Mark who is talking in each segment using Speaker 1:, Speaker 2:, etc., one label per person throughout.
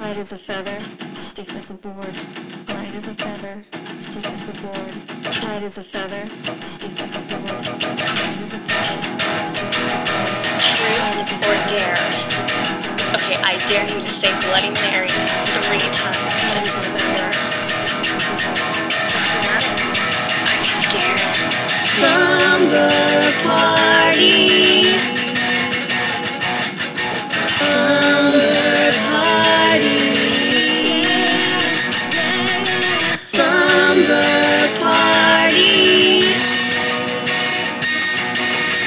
Speaker 1: Light as a feather, stiff as a board. Light as a feather, stiff as a board. Light as a feather, stiff as a board. Light as a feather, stiff as a board. Light as
Speaker 2: Truth
Speaker 1: a
Speaker 2: or
Speaker 1: feather,
Speaker 2: dare?
Speaker 1: stiff as a board.
Speaker 2: Okay, I dare you to say Bloody Mary three times.
Speaker 1: Light as a feather, stiff as a board.
Speaker 2: Are you scared?
Speaker 3: Slumber party. Slumber party. Slumber party.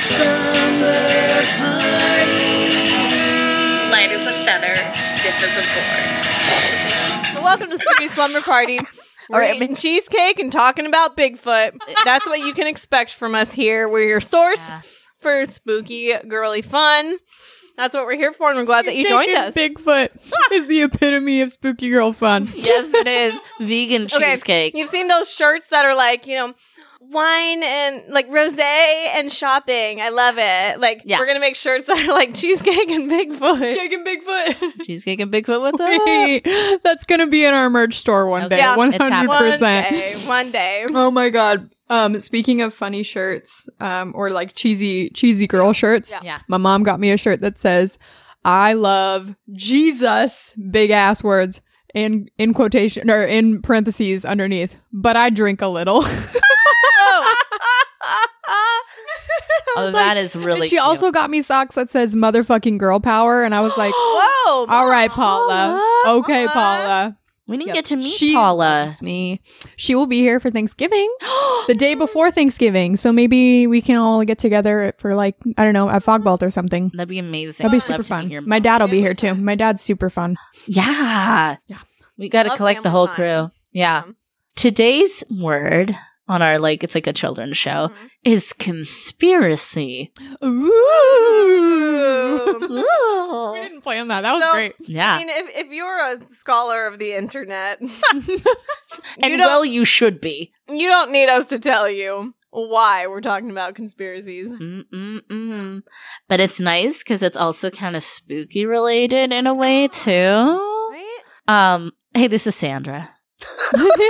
Speaker 3: Slumber party.
Speaker 2: Light as a feather, stiff as a board.
Speaker 4: Welcome to Spooky Slumber Party. We're
Speaker 5: Alright,
Speaker 4: eating cheesecake and talking about Bigfoot. That's what you can expect from us here. We're your source
Speaker 5: Yeah.
Speaker 4: for spooky, girly fun. That's what we're here for, and we're glad that you joined us.
Speaker 6: Bigfoot is the epitome of spooky girl fun.
Speaker 5: yes, it is vegan
Speaker 4: Okay,
Speaker 5: cheesecake.
Speaker 4: You've seen those shirts that are like, you know, wine and like rose and shopping. I love it. Like,
Speaker 5: Yeah.
Speaker 4: we're going to make shirts that are like cheesecake and Bigfoot.
Speaker 6: Taking Bigfoot.
Speaker 5: Cheesecake and Bigfoot. What's up?
Speaker 6: Wait, that's gonna be in our merch store one day.
Speaker 4: Yeah,
Speaker 6: One
Speaker 5: it's happening.
Speaker 6: hundred
Speaker 4: One
Speaker 6: percent.
Speaker 4: day. One day.
Speaker 6: Oh my god. Um, speaking of funny shirts, um, or like cheesy, cheesy girl shirts.
Speaker 4: Yeah.
Speaker 5: Yeah.
Speaker 6: My mom got me a shirt that says, "I love Jesus." Big ass words. In in quotation or in parentheses underneath, but I drink a little.
Speaker 5: Oh, that is really.
Speaker 6: And she
Speaker 5: cute.
Speaker 6: also got me socks that says "motherfucking girl power," and I was like,
Speaker 4: Whoa.
Speaker 6: "All right, Paula.
Speaker 4: Paula,
Speaker 6: Okay, Paula."
Speaker 5: We didn't
Speaker 6: Yep.
Speaker 5: get to meet
Speaker 6: She
Speaker 5: Paula.
Speaker 6: loves me. She will be here for Thanksgiving, the day before Thanksgiving. So maybe we can all get together for like I don't know at Fogbolt or something.
Speaker 5: That'd be amazing.
Speaker 6: That'd be
Speaker 5: I'd love
Speaker 6: super
Speaker 5: to meet your
Speaker 6: fun.
Speaker 5: mom.
Speaker 6: My dad will be here too. My dad's super fun.
Speaker 5: Yeah.
Speaker 6: Yeah.
Speaker 5: We got to
Speaker 4: Love
Speaker 5: collect the
Speaker 4: family
Speaker 5: whole
Speaker 4: time.
Speaker 5: crew. Yeah.
Speaker 6: Uh-huh.
Speaker 5: Today's word on our like it's like a children's show
Speaker 6: Uh-huh.
Speaker 5: is conspiracy.
Speaker 6: Ooh. we
Speaker 5: yeah.
Speaker 6: didn't plan that. That was
Speaker 4: So-
Speaker 6: great.
Speaker 4: I mean, if, if you're a scholar of the internet,
Speaker 5: and
Speaker 4: you don't-
Speaker 5: well you should be.
Speaker 4: you don't need us to tell you why we're talking about conspiracies.
Speaker 5: Mm. Mm-mm-mm. But it's nice cuz it's also kind of spooky related in a way too.
Speaker 4: Right?
Speaker 5: Um hey this is Sandra.
Speaker 4: Hi.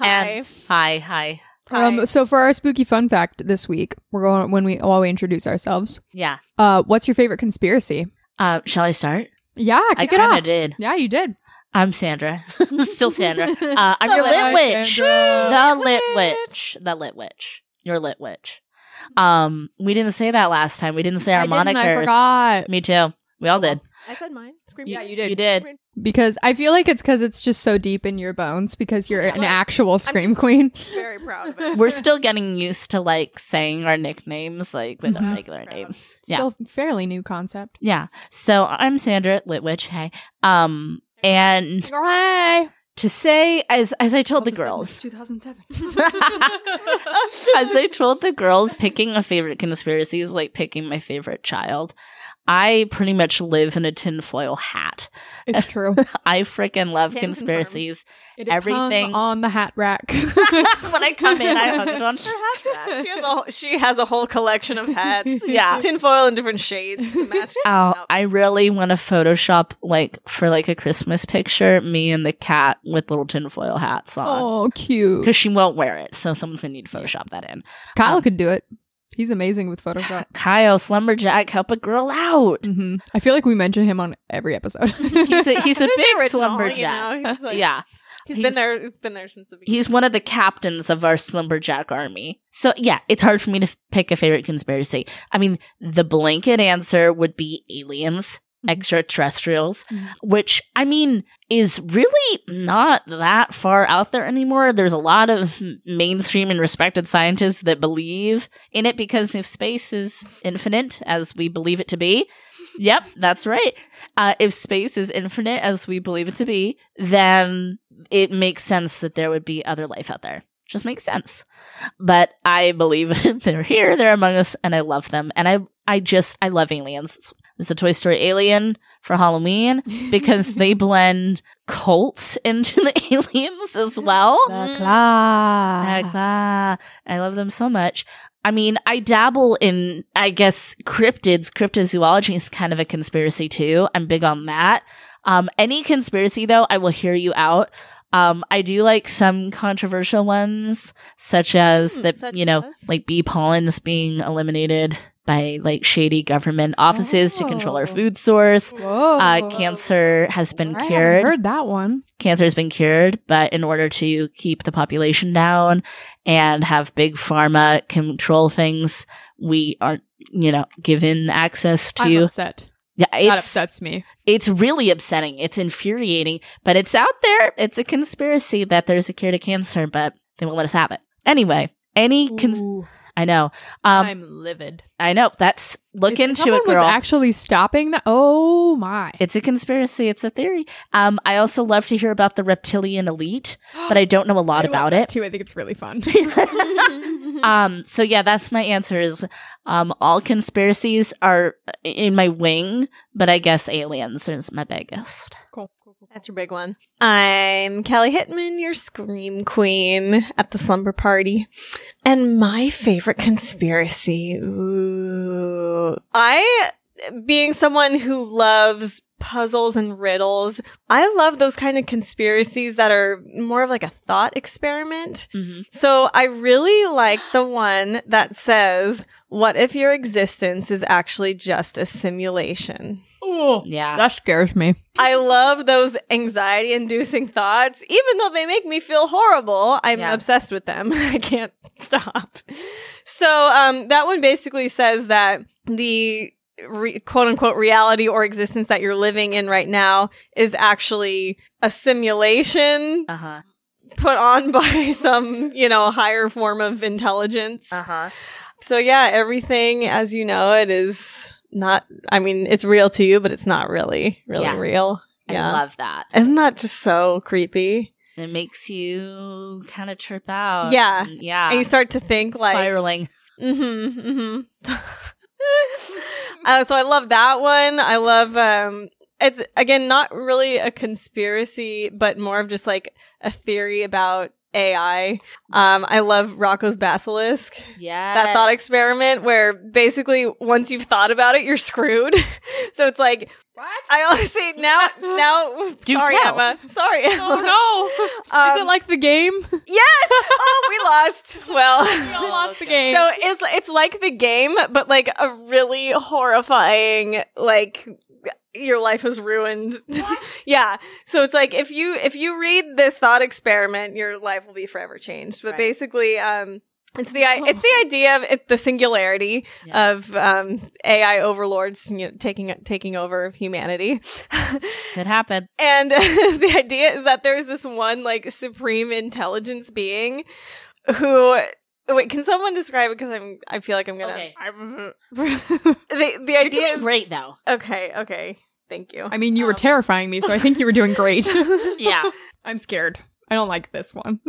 Speaker 5: And- hi, hi.
Speaker 4: Hi.
Speaker 6: Um, so for our spooky fun fact this week, we're going when we while we introduce ourselves.
Speaker 5: Yeah.
Speaker 6: Uh, what's your favorite conspiracy?
Speaker 5: Uh, shall I start?
Speaker 6: Yeah,
Speaker 5: I
Speaker 6: kick it
Speaker 5: kind
Speaker 6: off.
Speaker 5: of did.
Speaker 6: Yeah, you did.
Speaker 5: I'm Sandra. Still Sandra. Uh, I'm your
Speaker 6: Hello,
Speaker 5: lit witch.
Speaker 6: Sandra.
Speaker 5: The lit witch. The lit witch. Your lit witch. Um, we didn't say that last time. We didn't say our
Speaker 6: I didn't, I
Speaker 5: monikers.
Speaker 6: forgot.
Speaker 5: Me too. We all did.
Speaker 4: I said mine. Scream
Speaker 6: Yeah,
Speaker 4: it.
Speaker 6: you did.
Speaker 5: You did.
Speaker 6: Because I feel like it's because it's just so deep in your bones because you're
Speaker 4: Yeah,
Speaker 6: an
Speaker 4: like,
Speaker 6: actual scream
Speaker 4: just-
Speaker 6: queen.
Speaker 4: Very proud of it.
Speaker 5: We're still getting used to like saying our nicknames like with our
Speaker 6: Mhm.
Speaker 5: regular names. Yeah.
Speaker 6: Still fairly new concept.
Speaker 5: Yeah. So I'm Sandra Lit Witch. Hey. Um, and
Speaker 6: Hooray!
Speaker 5: to say as as I told the girls,
Speaker 6: 2007.
Speaker 5: As I told the girls, picking a favorite conspiracy is like picking my favorite child. I pretty much live in a tinfoil hat.
Speaker 6: It's true.
Speaker 5: I freaking love
Speaker 4: Can confirm.
Speaker 5: conspiracies.
Speaker 6: It is
Speaker 5: Everything-
Speaker 6: hung on the hat rack.
Speaker 5: when I come in, I hug it on her
Speaker 4: she, has a, whole- she has a whole collection of hats.
Speaker 5: Yeah.
Speaker 4: Tinfoil in different shades to match.
Speaker 5: Out. I really want to Photoshop like for like a Christmas picture, me and the cat with little tinfoil hats on.
Speaker 6: oh, cute.
Speaker 5: Because she won't wear it, so someone's gonna need to Photoshop that in.
Speaker 6: Kyle
Speaker 5: um,
Speaker 6: could do it. He's amazing with Photoshop.
Speaker 5: Kyle, Slumberjack, help a girl out.
Speaker 6: hmm I feel like we mention him on every episode.
Speaker 5: He's a, he's a
Speaker 4: He's
Speaker 5: big
Speaker 4: original,
Speaker 5: Slumberjack.
Speaker 4: You know? he's like-
Speaker 5: yeah.
Speaker 4: he's
Speaker 5: he's-
Speaker 4: been there. Been there since the beginning.
Speaker 5: He's one of the captains of our Slumberjack army. So, yeah, it's hard for me to f- pick a favorite conspiracy. I mean, the blanket answer would be aliens, extraterrestrials,
Speaker 6: Mhm.
Speaker 5: which, I mean, is really not that far out there anymore. There's a lot of mainstream and respected scientists that believe in it because if space is infinite, as we believe it to be, yep, that's right. Uh, if space is infinite, as we believe it to be, then it makes sense that there would be other life out there. Just makes sense. But I believe they're here, they're among us, and I love them. And I, I just, I love aliens. It's a Toy Story alien for Halloween because they blend cults into the aliens as well. Like, ah, I love them so much. I mean, I dabble in, I guess, cryptids. Cryptozoology is kind of a conspiracy too. I'm big on that. Um, any conspiracy though, I will hear you out. Um, I do like some controversial ones, such as
Speaker 4: Hmm,
Speaker 5: that
Speaker 4: such
Speaker 5: you know,
Speaker 4: as?
Speaker 5: like bee pollens being eliminated by like shady government offices to control our
Speaker 4: Oh.
Speaker 5: food source.
Speaker 6: Whoa.
Speaker 5: Uh, cancer has been
Speaker 6: I haven't
Speaker 5: cured
Speaker 6: heard that one.
Speaker 5: cancer has been cured, but in order to keep the population down and have big pharma control things, we aren't, you know, given access
Speaker 6: I'm
Speaker 5: to.
Speaker 6: upset.
Speaker 5: Yeah,
Speaker 6: That
Speaker 5: it's
Speaker 6: upsets me.
Speaker 5: it's really upsetting. It's infuriating, but it's out there. It's a conspiracy that there's a cure to cancer, but they won't let us have it. Anyway, any cons-
Speaker 6: Ooh,
Speaker 5: I know. Um,
Speaker 6: I'm livid.
Speaker 5: I know. That's look
Speaker 6: If
Speaker 5: into
Speaker 6: someone
Speaker 5: it, girl.
Speaker 6: Was actually stopping that. Oh my!
Speaker 5: it's a conspiracy. It's a theory. Um, I also love to hear about the reptilian elite, but I don't know a lot
Speaker 6: I love
Speaker 5: about
Speaker 6: that
Speaker 5: it.
Speaker 6: too. I think it's really fun.
Speaker 5: Um, so yeah, that's my answer is um all conspiracies are in my wing, but I guess aliens is my biggest.
Speaker 6: cool. cool, cool.
Speaker 4: That's your big one. I'm Kelly Hitman, your scream queen at the slumber party. And my favorite conspiracy. Ooh. I, being someone who loves puzzles and riddles, I love those kind of conspiracies that are more of like a thought experiment.
Speaker 5: Mm-hmm.
Speaker 4: So I really like the one that says, What if your existence is actually just a simulation?
Speaker 6: Oh,
Speaker 5: Yeah.
Speaker 6: that scares me.
Speaker 4: I love those anxiety inducing thoughts. Even though they make me feel horrible, I'm
Speaker 5: Yeah.
Speaker 4: obsessed with them. I can't stop. So, um, that one basically says that the re- quote unquote reality or existence that you're living in right now is actually a simulation
Speaker 5: Uh-huh.
Speaker 4: put on by some, you know, higher form of intelligence.
Speaker 5: Uh-huh.
Speaker 4: So, yeah, everything as you know it is not, I mean, it's real to you, but it's not really, really
Speaker 5: Yeah.
Speaker 4: real.
Speaker 5: I love that.
Speaker 4: Isn't that just so creepy?
Speaker 5: It makes you kind of trip out.
Speaker 4: Yeah.
Speaker 5: And yeah.
Speaker 4: and you start to think like,
Speaker 5: spiraling.
Speaker 4: mm-hmm, mm-hmm. uh, so I love that one. I love um, it's again not really a conspiracy, but more of just like a theory about AI. Um, I love Rocco's Basilisk.
Speaker 5: Yeah.
Speaker 4: that thought experiment where basically once you've thought about it, you're screwed. so it's like
Speaker 6: What?
Speaker 4: I honestly now now
Speaker 5: Do
Speaker 4: sorry
Speaker 5: tell.
Speaker 4: Emma sorry Emma.
Speaker 6: Oh no!
Speaker 4: Um,
Speaker 6: Is it like the game?
Speaker 4: yes oh we lost well
Speaker 6: We all lost the game.
Speaker 4: so it's it's like the game but like a really horrifying like your life is ruined yeah so it's like if you if you read this thought experiment your life will be forever changed but
Speaker 5: Right.
Speaker 4: basically um it's the i it's the idea of it, the singularity
Speaker 5: Yeah.
Speaker 4: of um, AI overlords you know, taking taking over humanity,
Speaker 5: Could happen.
Speaker 4: And the idea is that there's this one like supreme intelligence being who wait, can someone describe it cuz I'm I feel like I'm going to
Speaker 5: Okay.
Speaker 4: The the idea is
Speaker 5: great though.
Speaker 4: Okay, okay. Thank you.
Speaker 6: I mean,
Speaker 5: um,
Speaker 6: you were terrifying me, so I think you were doing great.
Speaker 5: Yeah.
Speaker 6: I'm scared. I don't like this one.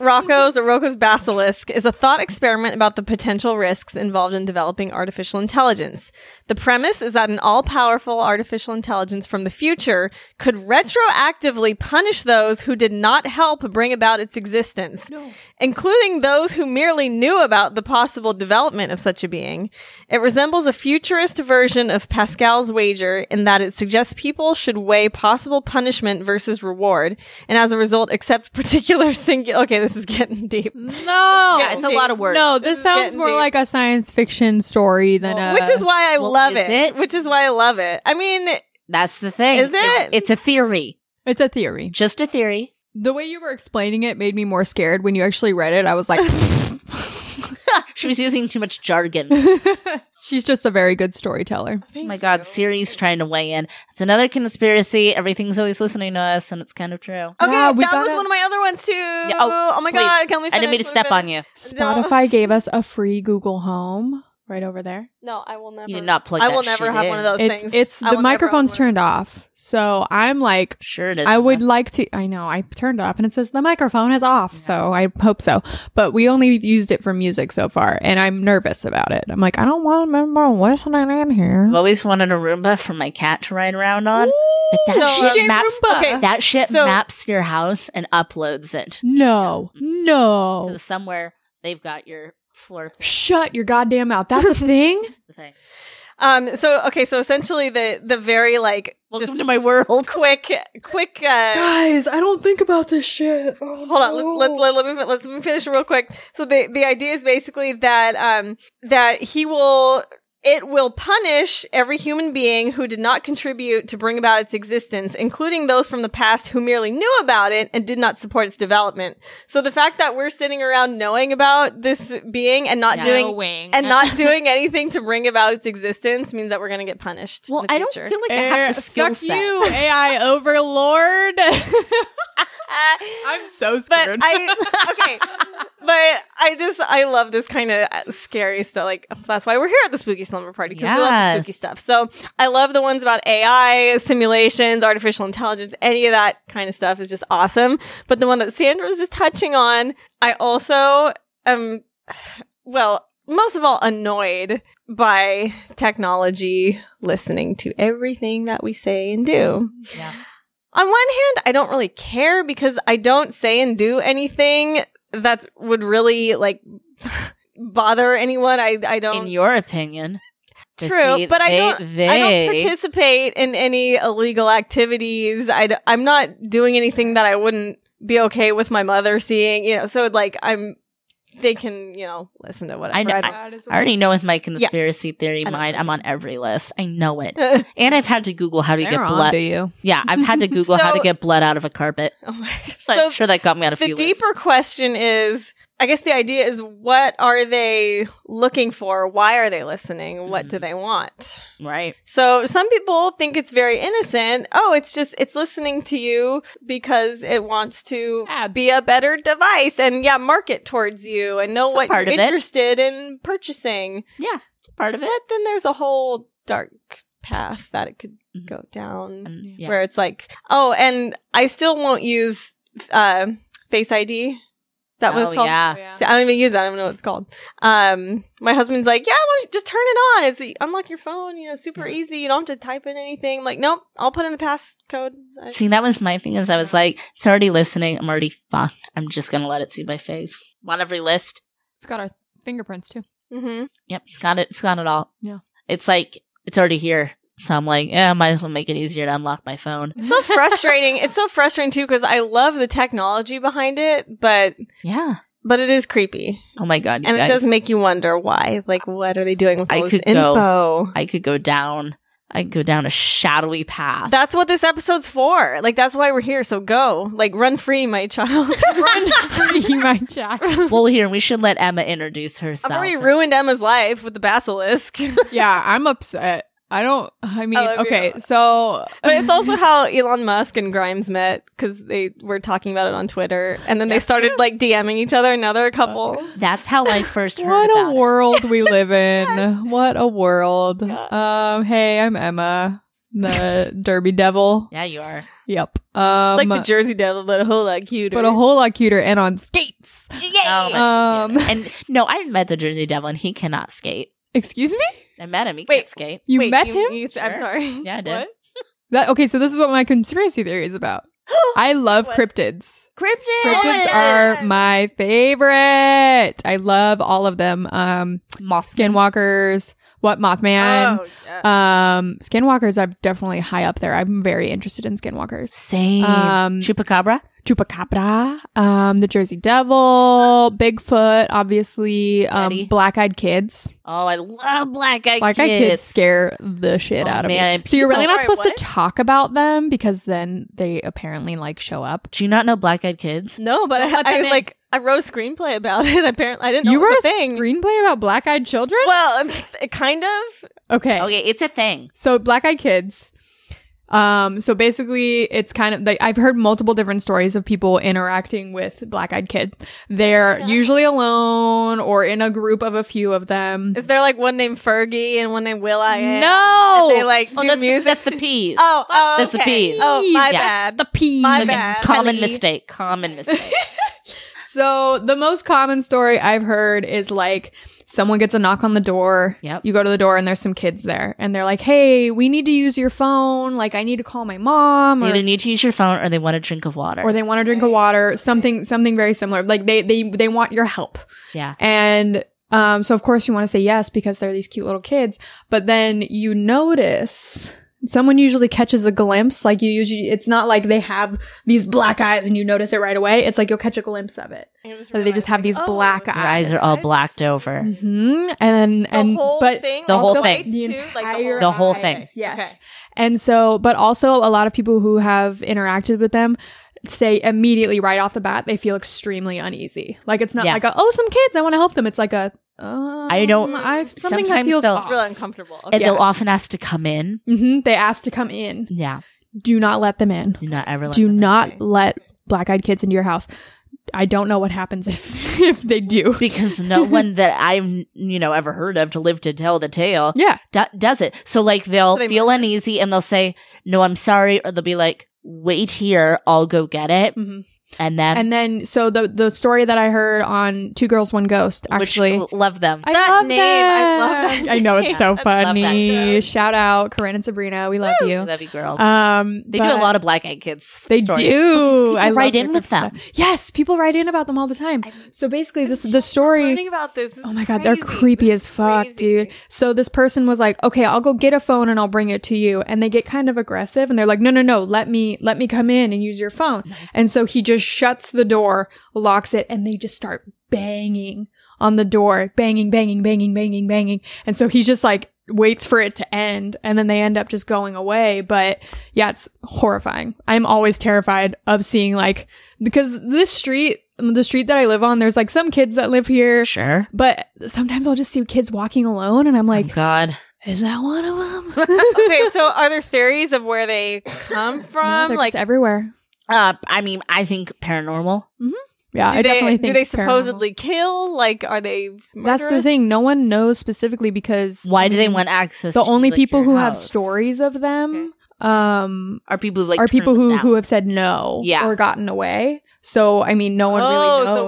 Speaker 4: Rocco's or Rocco's Basilisk is a thought experiment about the potential risks involved in developing artificial intelligence. The premise is that an all powerful artificial intelligence from the future could retroactively punish those who did not help bring about its existence, including those who merely knew about the possible development of such a being. It resembles a futurist version of Pascal's wager in that it suggests people should weigh possible punishment versus reward, and as a result, accept particular singular. Okay, this is getting deep.
Speaker 6: no,
Speaker 5: yeah, Uh, it's a lot of work.
Speaker 6: no. This sounds
Speaker 4: getting
Speaker 6: more
Speaker 4: deep.
Speaker 6: like a science fiction story than a.
Speaker 4: Which is why I
Speaker 5: well,
Speaker 4: love
Speaker 5: is
Speaker 4: it,
Speaker 5: it?
Speaker 4: Which is why I love it. I mean,
Speaker 5: That's the thing.
Speaker 4: Is it?
Speaker 5: It's a theory.
Speaker 6: it's a theory.
Speaker 5: Just a theory.
Speaker 6: The way you were explaining it made me more scared. When you actually read it, I was like,
Speaker 5: she was using too much jargon.
Speaker 6: "She's just a very good storyteller."
Speaker 5: Oh my god, Siri's trying to weigh in. It's another conspiracy. Everything's always listening to us, and it's kind of true.
Speaker 4: okay,
Speaker 6: Yeah,
Speaker 4: that
Speaker 6: we
Speaker 4: was
Speaker 6: gotta-
Speaker 4: one of my other ones too.
Speaker 5: oh,
Speaker 4: oh, my
Speaker 5: please.
Speaker 4: god, can we?
Speaker 5: I didn't mean to
Speaker 4: finish?
Speaker 5: step
Speaker 4: Let
Speaker 5: on
Speaker 4: me
Speaker 5: you.
Speaker 4: No.
Speaker 6: Spotify gave us a free Google Home right over there.
Speaker 4: finish. No, I will never.
Speaker 5: You did not plug
Speaker 4: I
Speaker 5: that
Speaker 4: will never
Speaker 5: shit
Speaker 4: have
Speaker 5: in.
Speaker 4: one of those
Speaker 6: It's
Speaker 4: things.
Speaker 6: it's
Speaker 4: I
Speaker 6: the
Speaker 4: will never have
Speaker 6: microphone's
Speaker 4: one.
Speaker 6: turned off, so I'm like,
Speaker 5: Sure it is.
Speaker 6: I would like to. I know I turned it off, and it says the microphone is off. So I hope so. But we only used it for music so far, and I'm nervous about it. I'm like, I don't want to remember listening in here.
Speaker 5: I've always wanted a Roomba for my cat to ride around on. But that
Speaker 4: No,
Speaker 5: shit
Speaker 6: DJ
Speaker 5: maps
Speaker 6: Roomba.
Speaker 4: Okay.
Speaker 5: that shit
Speaker 4: So-
Speaker 5: maps your house and uploads it.
Speaker 6: no,
Speaker 5: So
Speaker 6: no.
Speaker 5: somewhere they've got your floor plan.
Speaker 6: Shut your goddamn mouth. That's a thing.
Speaker 5: That's the thing.
Speaker 4: Um, so okay, so essentially the the very like
Speaker 5: Welcome
Speaker 4: just
Speaker 5: to my world.
Speaker 4: quick quick uh
Speaker 6: Guys, I don't think about this shit. Oh,
Speaker 4: hold on let, let, let, let, me, let me finish real quick so the, the idea is basically that um that he will it will punish every human being who did not contribute to bring about its existence including those from the past who merely knew about it and did not support its development so the fact that we're sitting around knowing about this being and not doing
Speaker 7: wing
Speaker 4: and not doing anything to bring about its existence means that we're going to get punished in
Speaker 5: Well,
Speaker 4: the
Speaker 5: I don't
Speaker 4: future.
Speaker 5: feel like I have the skill
Speaker 6: Eh, fuck
Speaker 5: set.
Speaker 6: you, AI overlord.
Speaker 4: Ah.
Speaker 6: I'm so
Speaker 4: but
Speaker 6: scared.
Speaker 4: I okay. But I just I love this kind of scary stuff. Like that's why we're here at the Spooky Slumber Party because we love
Speaker 5: Yes.
Speaker 4: the spooky stuff. So I love the ones about AI simulations, artificial intelligence, any of that kind of stuff is just awesome. But the one that Sandra was just touching on, I also am well most of all annoyed by technology listening to everything that we say and do.
Speaker 5: Yeah.
Speaker 4: On one hand, I don't really care because I don't say and do anything that would really like bother anyone. I I don't
Speaker 5: In your opinion. To
Speaker 4: True,
Speaker 5: see
Speaker 4: but I
Speaker 5: they-
Speaker 4: don't-
Speaker 5: They,
Speaker 4: I don't participate in any illegal activities. I d- I'm not doing anything that I wouldn't be okay with my mother seeing, you know. So like I'm they can, you know, listen to whatever.
Speaker 5: I know- I already know with my conspiracy theory
Speaker 4: I know.
Speaker 5: mind, I'm on every list. I know it.
Speaker 4: don't-
Speaker 5: And I've had to Google how to get blood.
Speaker 6: Do you?
Speaker 5: Yeah, I've had to Google how to
Speaker 4: So-
Speaker 5: get blood out of a carpet.
Speaker 4: Oh my-
Speaker 5: So,
Speaker 4: So
Speaker 5: I'm sure that got me out of
Speaker 4: the
Speaker 5: few lists.
Speaker 4: deeper question is i guess the idea is what are they looking for why are they listening what
Speaker 5: Mm-hmm.
Speaker 4: do they want
Speaker 5: right?
Speaker 4: so some people think it's very innocent oh it's just it's listening to you because it wants to
Speaker 6: Yeah.
Speaker 4: be a better device and yeah market towards you and know
Speaker 5: Some
Speaker 4: what
Speaker 5: part
Speaker 4: you're
Speaker 5: of it.
Speaker 4: interested in purchasing
Speaker 5: Yeah, it's a part of it.
Speaker 4: but then there's a whole dark path that it could
Speaker 5: Mhm.
Speaker 4: go down
Speaker 5: And, yeah.
Speaker 4: where it's like, oh, and I still won't use uh, Face ID. Is that what
Speaker 5: Oh,
Speaker 4: it's called?
Speaker 5: Yeah.
Speaker 4: See, I don't even use that. I don't even know what it's called. Um, my husband's like, yeah, why don't you just turn it on. It's unlock your phone. You know, super
Speaker 5: Yeah.
Speaker 4: easy. You don't have to type in anything. I'm like, nope, I'll put in the passcode. I-
Speaker 5: See, that was my thing. Is I was like, it's already listening. I'm already fucked. I'm just gonna let it see my face on every list.
Speaker 6: It's got our fingerprints too.
Speaker 4: Mhm.
Speaker 5: Yep, it's got it. It's got it all.
Speaker 6: Yeah.
Speaker 5: it's like it's already here. So I'm like, yeah, might as well make it easier to unlock my phone.
Speaker 4: It's so frustrating. it's so frustrating too because I love the technology behind it, but
Speaker 5: Yeah.
Speaker 4: but it is creepy
Speaker 5: Oh my god, you
Speaker 4: and it
Speaker 5: guys.
Speaker 4: does make you wonder why. Like, what are they doing with
Speaker 5: I
Speaker 4: all this
Speaker 5: could
Speaker 4: info?
Speaker 5: go- I could go down. I could go down a shadowy path.
Speaker 4: That's what this episode's for. Like that's why we're here. So go, like, run free, my child.
Speaker 6: Run free, my child.
Speaker 5: well, here we should let Emma introduce
Speaker 4: I've
Speaker 5: herself.
Speaker 4: already ruined Emma's life with the basilisk, but
Speaker 6: Yeah, I'm upset. I don't. I mean,
Speaker 4: love you.
Speaker 6: okay, so
Speaker 4: it's also how Elon Musk and Grimes met because they were talking about it on Twitter, and then they started like DMing each other. and Now they're a couple.
Speaker 5: That's how I first heard
Speaker 6: what
Speaker 5: about
Speaker 6: a
Speaker 5: it.
Speaker 6: world we live in. What a world. Um, hey, I'm Emma, the Derby Devil.
Speaker 5: Yeah, you are.
Speaker 6: Yep.
Speaker 4: It's
Speaker 6: Um,
Speaker 4: like the Jersey Devil, but a whole lot cuter.
Speaker 6: but a whole lot cuter and on skates.
Speaker 5: Oh,
Speaker 4: Yay!
Speaker 5: my
Speaker 6: Um,
Speaker 5: goodness. and no, I met the Jersey Devil, and he cannot skate.
Speaker 6: Excuse me.
Speaker 5: I met him. He
Speaker 4: Wait.
Speaker 5: can't skate.
Speaker 6: You
Speaker 4: Wait,
Speaker 6: met
Speaker 4: you-
Speaker 6: him?
Speaker 4: you- I'm
Speaker 5: Sure.
Speaker 4: sorry.
Speaker 5: Yeah, I did.
Speaker 4: What?
Speaker 6: That okay? So this is what my conspiracy theory is about. I love
Speaker 4: What?
Speaker 6: cryptids.
Speaker 5: Cryptid.
Speaker 6: Cryptids are my favorite. I love all of them. Um,
Speaker 5: moth
Speaker 6: skinwalkers. What Mothman?
Speaker 4: Oh, yeah.
Speaker 6: Um, skinwalkers. I'm definitely high up there. I'm very interested in skinwalkers.
Speaker 5: Same.
Speaker 6: Um,
Speaker 5: Chupacabra.
Speaker 6: Chupacabra, um, the Jersey Devil, Bigfoot, obviously, um,
Speaker 5: Yeti.
Speaker 6: black eyed kids.
Speaker 5: Oh, I love black eyed
Speaker 6: Black eyed kids
Speaker 5: kids.
Speaker 6: scare the shit
Speaker 5: Oh,
Speaker 6: out of
Speaker 5: man.
Speaker 6: me. So you're really
Speaker 4: Oh,
Speaker 6: not
Speaker 4: sorry,
Speaker 6: supposed
Speaker 4: what?
Speaker 6: to talk about them because then they apparently like show up.
Speaker 5: Do you not know black eyed kids?
Speaker 4: No, but
Speaker 6: Don't let
Speaker 4: I, I
Speaker 6: them in.
Speaker 4: like I wrote a screenplay about it. Apparently, I didn't know
Speaker 6: you
Speaker 4: it
Speaker 6: wrote
Speaker 4: was
Speaker 6: a
Speaker 4: a thing.
Speaker 6: screenplay about black eyed children?
Speaker 4: well, kind of.
Speaker 6: Okay.
Speaker 5: Okay, it's a thing.
Speaker 6: So black eyed kids. Um, so basically it's kind of like I've heard multiple different stories of people interacting with black eyed kids. They're usually alone or in a group of a few of them.
Speaker 4: Is there like one named Fergie and one named Will I Am?
Speaker 5: No.
Speaker 4: And they like do
Speaker 5: oh, that's,
Speaker 4: music.
Speaker 5: that's the peas.
Speaker 6: Uh,
Speaker 4: Oh, oh,
Speaker 5: That's the
Speaker 4: okay.
Speaker 5: peas.
Speaker 4: Oh, my
Speaker 5: Yeah.
Speaker 4: bad.
Speaker 6: the peas.
Speaker 4: My
Speaker 5: Okay,
Speaker 4: bad.
Speaker 5: Common
Speaker 4: Kelly.
Speaker 5: mistake. Common mistake.
Speaker 6: So the most common story I've heard is like someone gets a knock on the door.
Speaker 5: Yep.
Speaker 6: You go to the door and there's some kids there and they're like, "Hey, we need to use your phone. Like I need to call my mom
Speaker 5: they
Speaker 6: or
Speaker 5: either need to use your phone or they want a drink of water.
Speaker 6: or they want to drink a water, something something very similar. Like they they they want your help."
Speaker 5: yeah.
Speaker 6: And Um, so of course you want to say yes because they're these cute little kids, but then you notice someone usually catches a glimpse. Like you usually, it's not like they have these black eyes and you notice it right away. It's like you'll catch a glimpse of it. But they just have these black
Speaker 4: eyes.
Speaker 5: Your eyes are all
Speaker 4: I-
Speaker 5: blacked over.
Speaker 6: hmm And and but
Speaker 5: the whole
Speaker 4: all
Speaker 5: thing.
Speaker 4: lights,
Speaker 6: The
Speaker 4: too? Like
Speaker 6: entire
Speaker 5: The whole thing.
Speaker 4: Okay.
Speaker 6: Yes.
Speaker 4: Okay.
Speaker 6: And so, but also a lot of people who have interacted with them say immediately right off the bat they feel extremely uneasy. Like it's not
Speaker 5: Yeah.
Speaker 6: like a, oh some kids I want to help them. It's like a um,
Speaker 5: I don't-
Speaker 6: I've something that
Speaker 5: sometimes
Speaker 6: feels
Speaker 5: they'll-
Speaker 4: It's really uncomfortable. Okay.
Speaker 5: And they'll often ask to come in.
Speaker 6: hmm They ask to come in.
Speaker 5: Yeah.
Speaker 6: Do not let them in.
Speaker 5: Do not ever let
Speaker 6: Do
Speaker 5: them in.
Speaker 6: not let black eyed kids into your house. I don't know what happens if if they do.
Speaker 5: because no one that I've you know ever heard of to live to tell the tale
Speaker 6: Yeah.
Speaker 5: do- does it. So like they'll
Speaker 4: So they
Speaker 5: feel
Speaker 4: murder.
Speaker 5: uneasy and they'll say, "No, I'm sorry," or they'll be like, "Wait here, I'll go get it,"
Speaker 6: hmm
Speaker 5: and then
Speaker 6: And then so the the story that I heard on Two Girls One Ghost
Speaker 5: which-
Speaker 6: actually
Speaker 5: love them.
Speaker 6: I
Speaker 4: That name, I love
Speaker 6: them.
Speaker 4: that
Speaker 6: I know
Speaker 4: name.
Speaker 6: it's so
Speaker 5: I love that show.
Speaker 6: funny. Shout out, Corinne and Sabrina. We love you.
Speaker 5: Love you, girl.
Speaker 6: Um,
Speaker 5: they do a lot of black eyed kids.
Speaker 6: They
Speaker 5: stories.
Speaker 6: do. I love
Speaker 5: write
Speaker 6: their
Speaker 5: in with
Speaker 6: cryptid
Speaker 5: them.
Speaker 6: stuff. Yes, people write in about them all the time. So basically, this the story.
Speaker 4: Learning about this. this
Speaker 6: Oh
Speaker 4: is
Speaker 6: my god,
Speaker 4: crazy.
Speaker 6: they're creepy
Speaker 4: This
Speaker 6: as
Speaker 4: is
Speaker 6: fuck,
Speaker 4: crazy.
Speaker 6: dude. So this person was like, "Okay, I'll go get a phone and I'll bring it to you." And they get kind of aggressive and they're like, "No, no, no, let me let me come in and use your phone." And so he just shuts the door, locks it, and they just start banging on the door, banging, banging, banging, banging, banging. And so he just like waits for it to end and then they end up just going away, but yeah, it's horrifying. I'm always terrified of seeing like because this street the street that I live on, there's like some kids that live here.
Speaker 5: Sure.
Speaker 6: But sometimes I'll just see kids walking alone, and I'm
Speaker 5: Like,
Speaker 6: like,
Speaker 5: God,
Speaker 6: is that one of them?
Speaker 4: okay, so are there theories of where they come
Speaker 6: No,
Speaker 4: from?
Speaker 6: they're
Speaker 4: like,
Speaker 6: just everywhere.
Speaker 5: uh, I mean, I think paranormal.
Speaker 6: Yeah,
Speaker 4: do
Speaker 6: I
Speaker 4: they,
Speaker 6: definitely think
Speaker 4: do they
Speaker 6: paranormal.
Speaker 4: supposedly kill? Like, are they?
Speaker 6: That's the
Speaker 4: murderous?
Speaker 6: thing. No one knows specifically because
Speaker 5: Why
Speaker 6: I
Speaker 5: do they
Speaker 6: mean,
Speaker 5: want access?
Speaker 6: Mm-hmm. The
Speaker 5: to,
Speaker 6: only
Speaker 5: like,
Speaker 6: people
Speaker 5: your
Speaker 6: who have
Speaker 5: house?
Speaker 6: stories of them um,
Speaker 5: are people who, like
Speaker 6: are people
Speaker 5: turned
Speaker 6: who
Speaker 5: down.
Speaker 6: who have said no
Speaker 5: Yeah.
Speaker 6: or gotten away. So I mean, no one
Speaker 4: oh,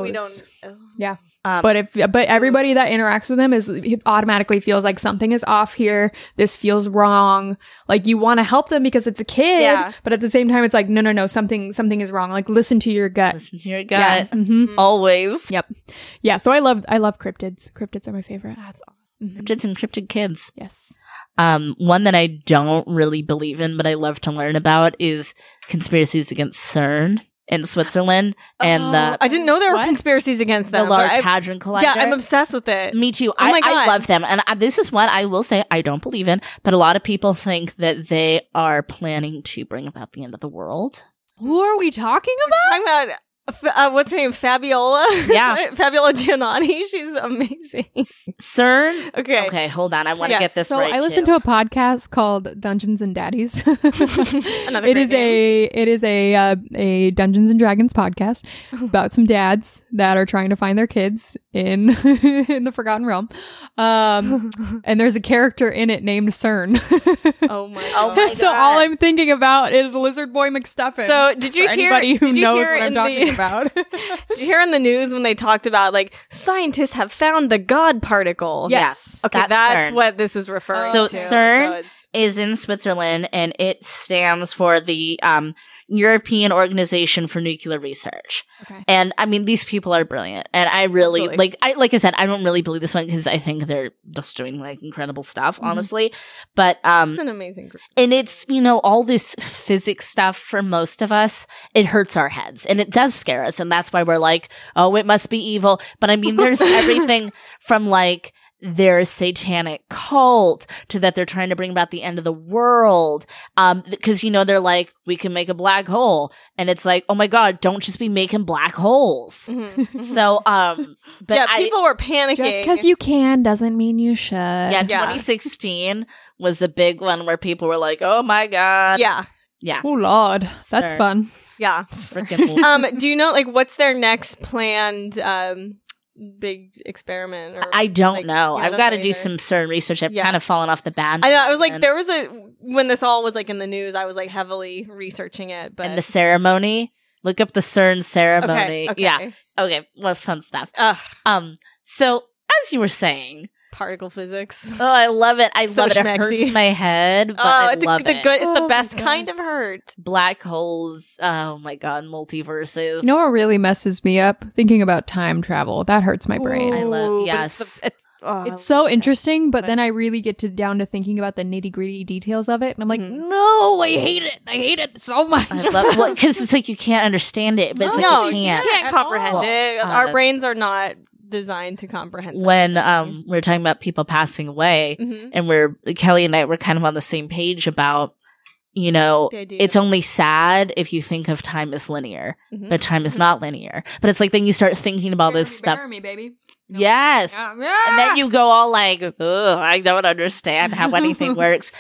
Speaker 6: really knows.
Speaker 4: so we don't. oh.
Speaker 5: Um,
Speaker 6: But if but everybody that interacts with them is automatically feels like something is off here. This feels wrong. Like you want to help them because it's a kid,
Speaker 4: Yeah.
Speaker 6: but at the same time, it's like no, no, no, something something is wrong. Like listen to your gut.
Speaker 5: listen to your
Speaker 6: yeah.
Speaker 5: gut
Speaker 6: Mhm.
Speaker 5: always.
Speaker 6: Yep. Yeah. So I love I love cryptids. Cryptids are my favorite. That's awesome.
Speaker 5: Cryptids and cryptid Mm-hmm. kids.
Speaker 6: Yes.
Speaker 5: Um, one that I don't really believe in, but I love to learn about is conspiracies against CERN in Switzerland and
Speaker 4: Oh, I
Speaker 5: the,
Speaker 4: didn't know there were
Speaker 6: What?
Speaker 4: conspiracies against
Speaker 5: the
Speaker 4: them. but
Speaker 5: Large
Speaker 4: I-
Speaker 5: Hadron Collider.
Speaker 4: Yeah, I'm obsessed with it.
Speaker 5: Me too.
Speaker 4: my
Speaker 5: I, I
Speaker 4: God.
Speaker 5: love them. And I, this is what I will say I don't believe in, but a lot of people think that they are planning to bring about the end of the world.
Speaker 6: Who are we talking about?
Speaker 4: talking about f- uh, what's her name, Fabiola.
Speaker 5: Yeah.
Speaker 4: Fabiola Giannotti. She's amazing.
Speaker 5: CERN?
Speaker 4: Okay.
Speaker 5: Okay, hold on. I want to
Speaker 4: Yes.
Speaker 5: get this
Speaker 6: so
Speaker 5: right.
Speaker 6: I listened to a podcast called Dungeons and Daddies.
Speaker 4: Another
Speaker 6: it
Speaker 4: great
Speaker 6: is a it is a uh, a Dungeons and Dragons podcast. It's about some dads that are trying to find their kids in in the Forgotten Realm. Um, and there's a character in it named CERN.
Speaker 4: Oh my.
Speaker 5: Oh
Speaker 4: God.
Speaker 5: my
Speaker 6: so
Speaker 5: God.
Speaker 6: all I'm thinking about is Lizard Boy McStuffin.
Speaker 4: So did you
Speaker 6: for
Speaker 4: hear?
Speaker 6: anybody who
Speaker 4: did you
Speaker 6: knows
Speaker 4: hear
Speaker 6: what I'm
Speaker 4: in
Speaker 6: talking
Speaker 4: the-
Speaker 6: about?
Speaker 4: Did you hear in the news when they talked about like scientists have found the God particle?
Speaker 5: Yes.
Speaker 4: Okay, that's,
Speaker 5: CERN.
Speaker 4: what this is referring
Speaker 5: So
Speaker 4: to.
Speaker 5: CERN
Speaker 4: it's-
Speaker 5: is in Switzerland and it stands for the um, European Organization for Nuclear Research.
Speaker 6: Okay.
Speaker 5: And I mean, these people are brilliant. And I really
Speaker 4: Absolutely.
Speaker 5: like, I like I said, I don't really believe this one because I think they're just doing like incredible stuff, honestly. But um,
Speaker 4: it's an amazing group.
Speaker 5: and it's you know all this physics stuff for most of us it hurts our heads and it does scare us and that's why we're like oh it must be evil but i mean there's everything from like their satanic cult to that they're trying to bring about the end of the world um because you know they're like we can make a black hole and it's like oh my god don't just be making black holes so um
Speaker 4: Mm-hmm.
Speaker 5: but
Speaker 4: yeah,
Speaker 5: I,
Speaker 4: people were panicking.
Speaker 6: Just because you can doesn't mean you should. Yeah.
Speaker 5: yeah,
Speaker 4: Yeah.
Speaker 5: 2016 was a big one where people were like, "Oh my god!"
Speaker 4: yeah,
Speaker 5: yeah,
Speaker 6: Oh lord, that's
Speaker 5: Sir.
Speaker 6: fun.
Speaker 4: yeah.
Speaker 5: freaking
Speaker 4: Um, do you know like what's their next planned um big experiment? Or
Speaker 5: I don't
Speaker 4: like,
Speaker 5: know.
Speaker 4: you
Speaker 5: I've
Speaker 4: don't
Speaker 5: got to
Speaker 4: know
Speaker 5: do
Speaker 4: either.
Speaker 5: some CERN research. I've
Speaker 4: Yeah.
Speaker 5: kind of fallen off the band.
Speaker 4: I know. I was like,
Speaker 5: and-
Speaker 4: there was a when this all was like in the news. I was like heavily researching it, but
Speaker 5: and the ceremony. Look up the CERN
Speaker 4: okay,
Speaker 5: ceremony.
Speaker 4: okay.
Speaker 5: Yeah. Okay. Well, fun stuff.
Speaker 4: Ugh.
Speaker 5: Um. So as you were saying,
Speaker 4: particle physics.
Speaker 5: Oh, I love it. I
Speaker 4: So
Speaker 5: love it. It
Speaker 4: schmexy.
Speaker 5: hurts my head, but
Speaker 4: oh,
Speaker 5: I
Speaker 4: it's a-
Speaker 5: love
Speaker 4: the
Speaker 5: it.
Speaker 4: good. It's
Speaker 6: Oh
Speaker 4: the
Speaker 6: my
Speaker 4: best
Speaker 6: God.
Speaker 4: kind of hurt.
Speaker 5: Black holes. Oh my god, multiverses.
Speaker 6: You know what really messes me up? Thinking about time travel. That hurts my brain.
Speaker 5: I love-
Speaker 4: Ooh, but It's,
Speaker 5: yes.
Speaker 4: the, it's, oh,
Speaker 6: It's so interesting, but
Speaker 4: But-
Speaker 6: then I really get to down to thinking about the nitty gritty details of it, and I'm like,
Speaker 4: Mhm.
Speaker 6: no, I hate it. I hate it so much.
Speaker 5: Mm-hmm. I love well, because it's like you can't understand it, but it's like
Speaker 4: no,
Speaker 5: you
Speaker 4: you
Speaker 5: can't.
Speaker 4: can't
Speaker 6: at all.
Speaker 4: comprehend
Speaker 5: Well,
Speaker 4: it.
Speaker 5: uh,
Speaker 4: Our brains are not designed to comprehend.
Speaker 5: When um we're talking about people passing away,
Speaker 4: mm-hmm.
Speaker 5: and we're Kelly and I were kind of on the same page about, you know, it's only sad if you think of time as linear,
Speaker 4: Mhm.
Speaker 5: but time is not linear. But it's like then you start thinking about this stuff.
Speaker 6: Me, baby. Ah!
Speaker 5: Yes. And then you go all like, Ugh, I don't understand how anything works.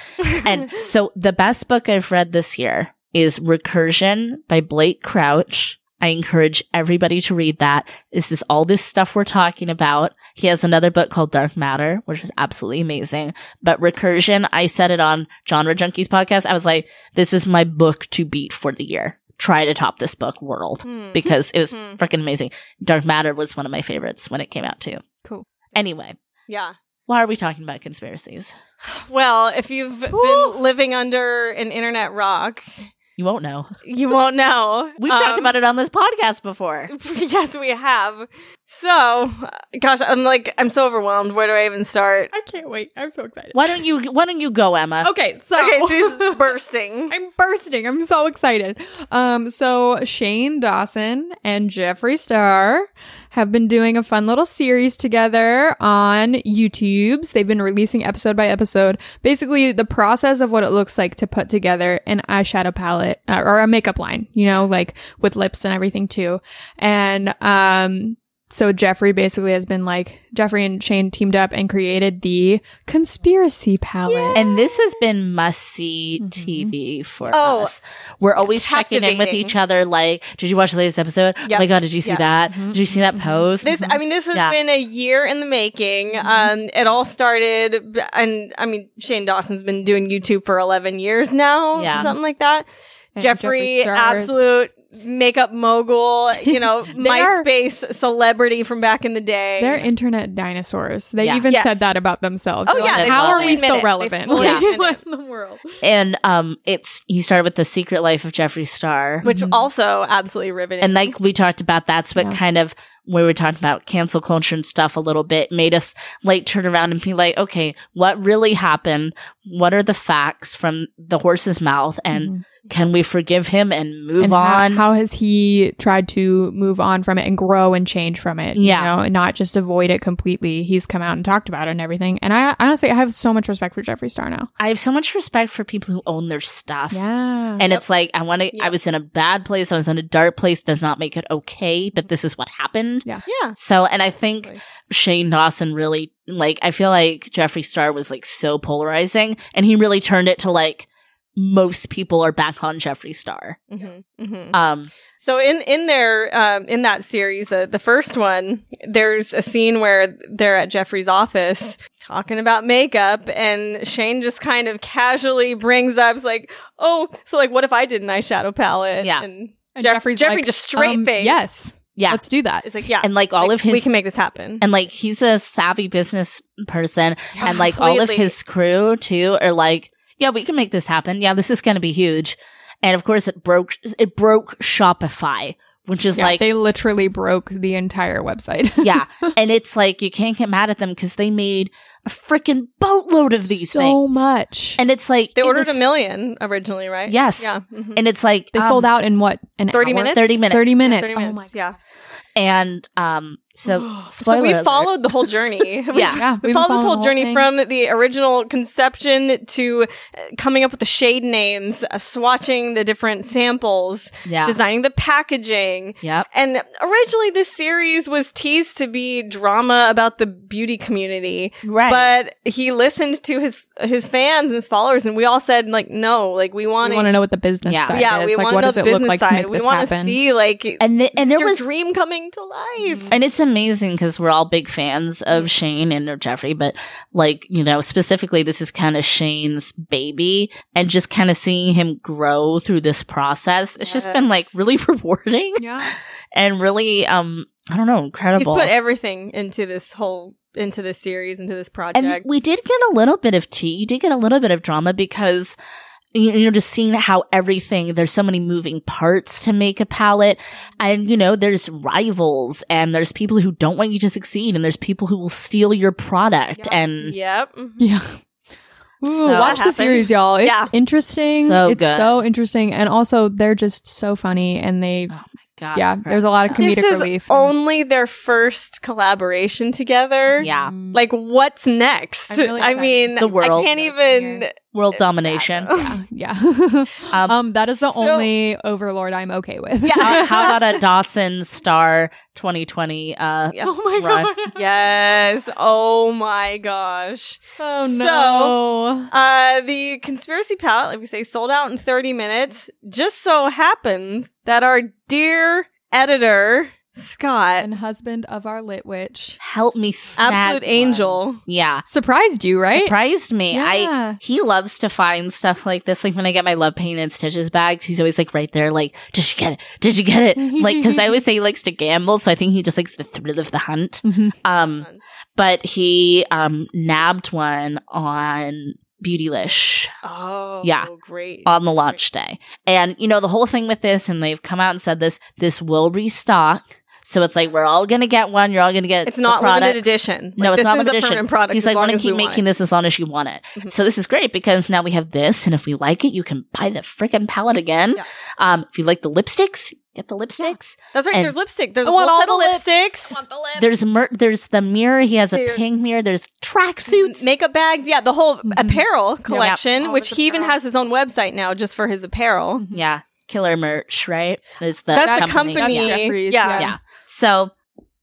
Speaker 5: And so the best book I've read this year is Recursion by Blake Crouch. I encourage everybody to read that. This is all this stuff we're talking about. He has another book called Dark Matter, which is absolutely amazing. But Recursion, I said it on Genre Junkies podcast. I was like, this is my book to beat for the year. Try to top this book world
Speaker 4: Hmm.
Speaker 5: because it was
Speaker 4: Hmm.
Speaker 5: freaking amazing. Dark Matter was one of my favorites when it came out too.
Speaker 6: Cool.
Speaker 5: Anyway,
Speaker 4: yeah.
Speaker 5: why are we talking about conspiracies?
Speaker 4: Well, if you've been living under an internet rock,
Speaker 5: You won't know.
Speaker 4: you won't know. Um,
Speaker 5: We've talked about it on this podcast before.
Speaker 4: Yes, we have. So, uh, gosh, I'm like, I'm so overwhelmed. Where do I even start?
Speaker 6: I can't wait. I'm so excited.
Speaker 5: Why don't you why don't you go, Emma?
Speaker 6: Okay, so
Speaker 4: Okay, she's bursting.
Speaker 6: I'm bursting. I'm so excited. Um, so Shane Dawson and Jeffree Star have been doing a fun little series together on YouTube's. They've been releasing episode by episode, basically the process of what it looks like to put together an eyeshadow palette uh, or a makeup line, you know, like with lips and everything too. And um, so Jeffrey basically has been like Jeffrey and Shane teamed up and created the conspiracy palette.
Speaker 5: And this has been must see
Speaker 6: Mhm.
Speaker 5: TV for
Speaker 4: Mm-hmm. Oh,
Speaker 5: us. We're always checking in with
Speaker 4: captivating.
Speaker 5: each other. Like, did you watch the latest episode? Oh
Speaker 4: Yep.
Speaker 5: my god, did you see
Speaker 4: Yeah.
Speaker 5: that? Did you see that
Speaker 6: Mhm.
Speaker 5: post?
Speaker 4: This, I mean, this has
Speaker 5: Yeah.
Speaker 4: been a year in the making. Um, it all started, b- and I mean, Shane Dawson's been doing YouTube for 11 years now,
Speaker 5: Yeah.
Speaker 4: something like that.
Speaker 6: And
Speaker 4: Jeffrey,
Speaker 6: Jeffree Star is-
Speaker 4: absolute makeup mogul, you know, MySpace celebrity from back in the day.
Speaker 6: They're internet dinosaurs. They
Speaker 5: Yeah.
Speaker 6: even
Speaker 4: Yes.
Speaker 6: said that about themselves.
Speaker 4: Oh,
Speaker 6: They're
Speaker 4: yeah,
Speaker 6: like,
Speaker 5: they
Speaker 6: how are
Speaker 5: fully
Speaker 6: we
Speaker 4: admit it.
Speaker 6: still
Speaker 4: They
Speaker 6: relevant?
Speaker 4: fully
Speaker 6: Like,
Speaker 4: admit
Speaker 6: what
Speaker 4: it.
Speaker 6: in the world?
Speaker 5: and um it's he started with the secret life of Jeffree Star.
Speaker 4: which also absolutely riveting.
Speaker 5: and like we talked about that's what
Speaker 6: Yeah.
Speaker 5: kind of where we talked about cancel culture and stuff a little bit made us like turn around and be like okay what really happened what are the facts from the horse's mouth and can we forgive him and move
Speaker 6: Mm-hmm. And how-
Speaker 5: on
Speaker 6: How, has he tried to move on from it and grow and change from it?
Speaker 5: Yeah.
Speaker 6: You know, and not just avoid it completely. He's come out and talked about it and everything. And I honestly, I have so much respect for Jeffree Star now.
Speaker 5: i have so much respect for people who own their stuff
Speaker 6: Yeah.
Speaker 5: And it's like I want to. I
Speaker 4: Yep.
Speaker 5: was in a bad place. I was in a dark place. Does not make it okay,
Speaker 6: Mm-hmm.
Speaker 5: but this is what happened.
Speaker 4: yeah.
Speaker 5: So, and I think
Speaker 4: Right.
Speaker 5: Shane Dawson really, like, I feel like Jeffree Star was, like, so polarizing, and he really turned it to, like, most people are back on Jeffree Star.
Speaker 4: Mm-hmm. Mm-hmm.
Speaker 5: Um,
Speaker 4: So in in their um, in that series, the the first one, there's a scene where they're at Jeffrey's office talking about makeup, and Shane just kind of casually brings up, it's like, "Oh, so like, what if I did an eyeshadow palette?"
Speaker 5: Yeah.
Speaker 4: and,
Speaker 6: And
Speaker 4: Jeff-
Speaker 6: Jeffree's
Speaker 4: Jeffrey
Speaker 6: like,
Speaker 4: just straight
Speaker 6: um,
Speaker 4: face.
Speaker 6: Yes.
Speaker 5: yeah.
Speaker 6: Let's do that.
Speaker 4: it's like, yeah,
Speaker 5: and, like, all
Speaker 4: like,
Speaker 5: of his,
Speaker 4: we can make this happen.
Speaker 5: and, like, he's a savvy business person,
Speaker 6: Yeah.
Speaker 5: and, like, all of
Speaker 4: Completely.
Speaker 5: his crew, too, are like, yeah, we can make this happen. Yeah, this is going to be huge. And, of course, it broke, it broke Shopify, which is
Speaker 6: Yeah,
Speaker 5: like,
Speaker 6: they literally broke the entire website.
Speaker 5: yeah. And it's like, you can't get mad at them because they made a freaking boatload of these
Speaker 6: so
Speaker 5: things.
Speaker 6: much.
Speaker 5: And it's like
Speaker 4: they
Speaker 5: it
Speaker 4: ordered
Speaker 5: was-
Speaker 4: a million originally, right?
Speaker 5: Yes.
Speaker 4: yeah, mhm.
Speaker 5: and it's like
Speaker 6: they
Speaker 5: um,
Speaker 6: sold out in what? An
Speaker 4: 30
Speaker 6: hour?
Speaker 4: minutes?
Speaker 5: 30 minutes.
Speaker 6: 30 minutes.
Speaker 4: 30
Speaker 6: Oh my
Speaker 4: minutes, yeah.
Speaker 5: And um, so spoiler.
Speaker 4: So we
Speaker 5: alert.
Speaker 4: followed the whole journey. We
Speaker 5: Yeah.
Speaker 6: Yeah,
Speaker 4: We
Speaker 6: we've been
Speaker 4: follow this
Speaker 6: following
Speaker 4: whole
Speaker 6: the
Speaker 4: journey
Speaker 6: thing.
Speaker 4: from the original conception to uh, coming up with the shade names, uh, swatching the different samples,
Speaker 5: Yeah.
Speaker 4: designing the packaging.
Speaker 5: Yep.
Speaker 4: And originally, this series was teased to be drama about the beauty community,
Speaker 5: Right.
Speaker 4: but he listened to his his fans and his followers, and we all said like, no, like we want
Speaker 6: We want to know what the business
Speaker 5: Yeah.
Speaker 6: side
Speaker 4: yeah,
Speaker 6: is.
Speaker 4: we
Speaker 6: like,
Speaker 4: want
Speaker 6: what
Speaker 4: to know
Speaker 6: does
Speaker 4: the
Speaker 6: it look
Speaker 4: business
Speaker 6: like to
Speaker 4: side.
Speaker 6: make
Speaker 4: we
Speaker 6: this
Speaker 4: want to
Speaker 6: happen?
Speaker 4: see like
Speaker 5: and the, and
Speaker 4: it's
Speaker 5: there
Speaker 4: your
Speaker 5: was
Speaker 4: dream coming to life.
Speaker 5: and it's amazing because we're all big fans of Shane and of Jeffrey, but like you know specifically this is kind of Shane's baby, and just kind of seeing him grow through this process, it's just been like
Speaker 4: Yes.
Speaker 5: really rewarding
Speaker 6: Yeah.
Speaker 5: and really um I don't know
Speaker 4: He's
Speaker 5: incredible.
Speaker 4: put everything into this whole into this series, into this project.
Speaker 5: And we did get a little bit of tea. You did get a little bit of drama because you- you're just seeing how everything, there's so many moving parts to make a palette. And, you know, there's rivals and there's people who don't want you to succeed and there's people who will steal your product. And
Speaker 4: yep. Mm-hmm.
Speaker 6: Yeah. Ooh,
Speaker 5: So that
Speaker 6: watch the
Speaker 4: happened.
Speaker 6: series, y'all. It's
Speaker 4: Yeah.
Speaker 6: interesting.
Speaker 5: So
Speaker 6: it's
Speaker 5: good.
Speaker 6: so interesting. And also they're just so funny and they
Speaker 5: oh my God.
Speaker 6: yeah, there's a lot of comedic
Speaker 4: This is
Speaker 6: relief.
Speaker 4: only their first collaboration together.
Speaker 5: Yeah.
Speaker 6: Mm.
Speaker 4: Like, what's next?
Speaker 6: I'm really
Speaker 4: I
Speaker 6: excited
Speaker 4: mean,
Speaker 6: to
Speaker 5: see The
Speaker 4: I
Speaker 5: world
Speaker 4: can't
Speaker 6: goes from
Speaker 4: even.
Speaker 6: here.
Speaker 5: World domination.
Speaker 6: yeah.
Speaker 5: Um,
Speaker 6: um, that is the
Speaker 4: so-
Speaker 6: only overlord I'm okay with.
Speaker 5: how, how about a Dawson Star 2020? Uh,
Speaker 4: Yeah.
Speaker 5: Oh my Run.
Speaker 4: yes. Oh my gosh.
Speaker 6: oh
Speaker 4: no. Uh, the conspiracy palette, like we say, sold out in 30 minutes. Just so happened that our dear editor, Scott,
Speaker 6: and husband of our lit witch
Speaker 5: Help me snag
Speaker 4: absolute
Speaker 5: one.
Speaker 4: angel.
Speaker 5: Yeah.
Speaker 6: surprised you, right?
Speaker 5: Surprised me. I
Speaker 6: Yeah.
Speaker 5: he loves to find stuff like this. Like when I get my love paint and stitches bags, he's always like right there, like, did you get it? Did you get it? Like, cause I always say he likes to gamble. So I think he just likes the thrill of the hunt.
Speaker 6: Mhm.
Speaker 5: Um, but he, um, nabbed one on Beautylish
Speaker 4: Oh,
Speaker 5: Yeah.
Speaker 4: Great.
Speaker 5: on the launch day. And, you know, the whole thing with this, and they've come out and said this, this will restock. So it's like, we're all going to get one. You're all going to get
Speaker 4: It's
Speaker 5: the
Speaker 4: not limited
Speaker 5: products.
Speaker 4: edition.
Speaker 5: No,
Speaker 4: Like,
Speaker 5: it's
Speaker 4: this
Speaker 5: not
Speaker 4: is
Speaker 5: limited
Speaker 4: a
Speaker 5: edition.
Speaker 4: permanent product.
Speaker 5: He's
Speaker 4: as
Speaker 5: like,
Speaker 4: long
Speaker 5: we're going
Speaker 4: as
Speaker 5: to
Speaker 4: we
Speaker 5: keep
Speaker 4: want
Speaker 5: making
Speaker 4: it.
Speaker 5: this as long as you want it.
Speaker 4: Mhm.
Speaker 5: So this is great because now we have this, and if we like it, you can buy the freaking palette again.
Speaker 4: Yeah.
Speaker 5: Um, if you like the lipsticks, get the lipsticks.
Speaker 4: That's right.
Speaker 5: and-
Speaker 4: There's lipstick. There's
Speaker 6: I
Speaker 4: a
Speaker 6: want
Speaker 4: whole set
Speaker 6: all the
Speaker 4: of lipsticks.
Speaker 5: There's mer- there's the mirror. He has a
Speaker 4: There's- Mm-hmm.
Speaker 5: pink mirror. There's tracksuits.
Speaker 4: makeup bags. Yeah, the whole
Speaker 5: Mm-hmm.
Speaker 4: apparel collection,
Speaker 6: All
Speaker 4: which
Speaker 6: this
Speaker 4: he even
Speaker 6: apparel.
Speaker 4: has his own website now just for his apparel.
Speaker 5: Mm-hmm. yeah, killer merch. Right? Is the
Speaker 4: That's the
Speaker 5: company.
Speaker 4: company.
Speaker 5: Yeah.
Speaker 6: That's Jeffries,
Speaker 4: yeah.
Speaker 5: Yeah. So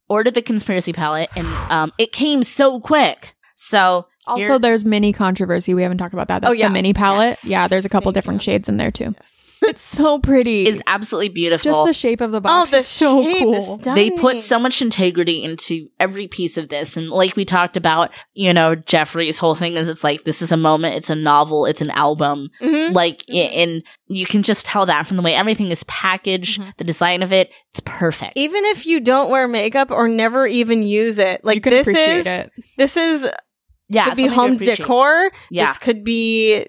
Speaker 5: order the conspiracy palette, and um, it came so quick. So
Speaker 6: Also,
Speaker 5: Here-
Speaker 6: there's mini controversy. We haven't talked about that. That's
Speaker 4: Oh, yeah.
Speaker 6: the mini palette.
Speaker 5: Yes.
Speaker 6: Yeah, there's a couple
Speaker 4: Thank
Speaker 6: different
Speaker 4: you.
Speaker 6: shades in there too.
Speaker 4: Yes.
Speaker 6: It's so pretty.
Speaker 5: is absolutely beautiful.
Speaker 6: Just the shape
Speaker 4: Oh,
Speaker 6: of the box is so cool.
Speaker 5: they put so much integrity into every piece of this and like we talked about you know jeffrey's whole thing is it's like this is a moment it's a novel it's an album
Speaker 4: Mhm.
Speaker 5: like i- and you can just tell that from the way everything is packaged the design of it it's perfect
Speaker 4: Mm-hmm. Even if you don't wear makeup or never even use it, like
Speaker 6: you can
Speaker 4: this
Speaker 6: appreciate
Speaker 4: is
Speaker 6: it.
Speaker 4: this is
Speaker 5: yeah
Speaker 4: could be
Speaker 5: something to
Speaker 4: home
Speaker 5: appreciate.
Speaker 4: decor.
Speaker 5: Yeah.
Speaker 4: This could be.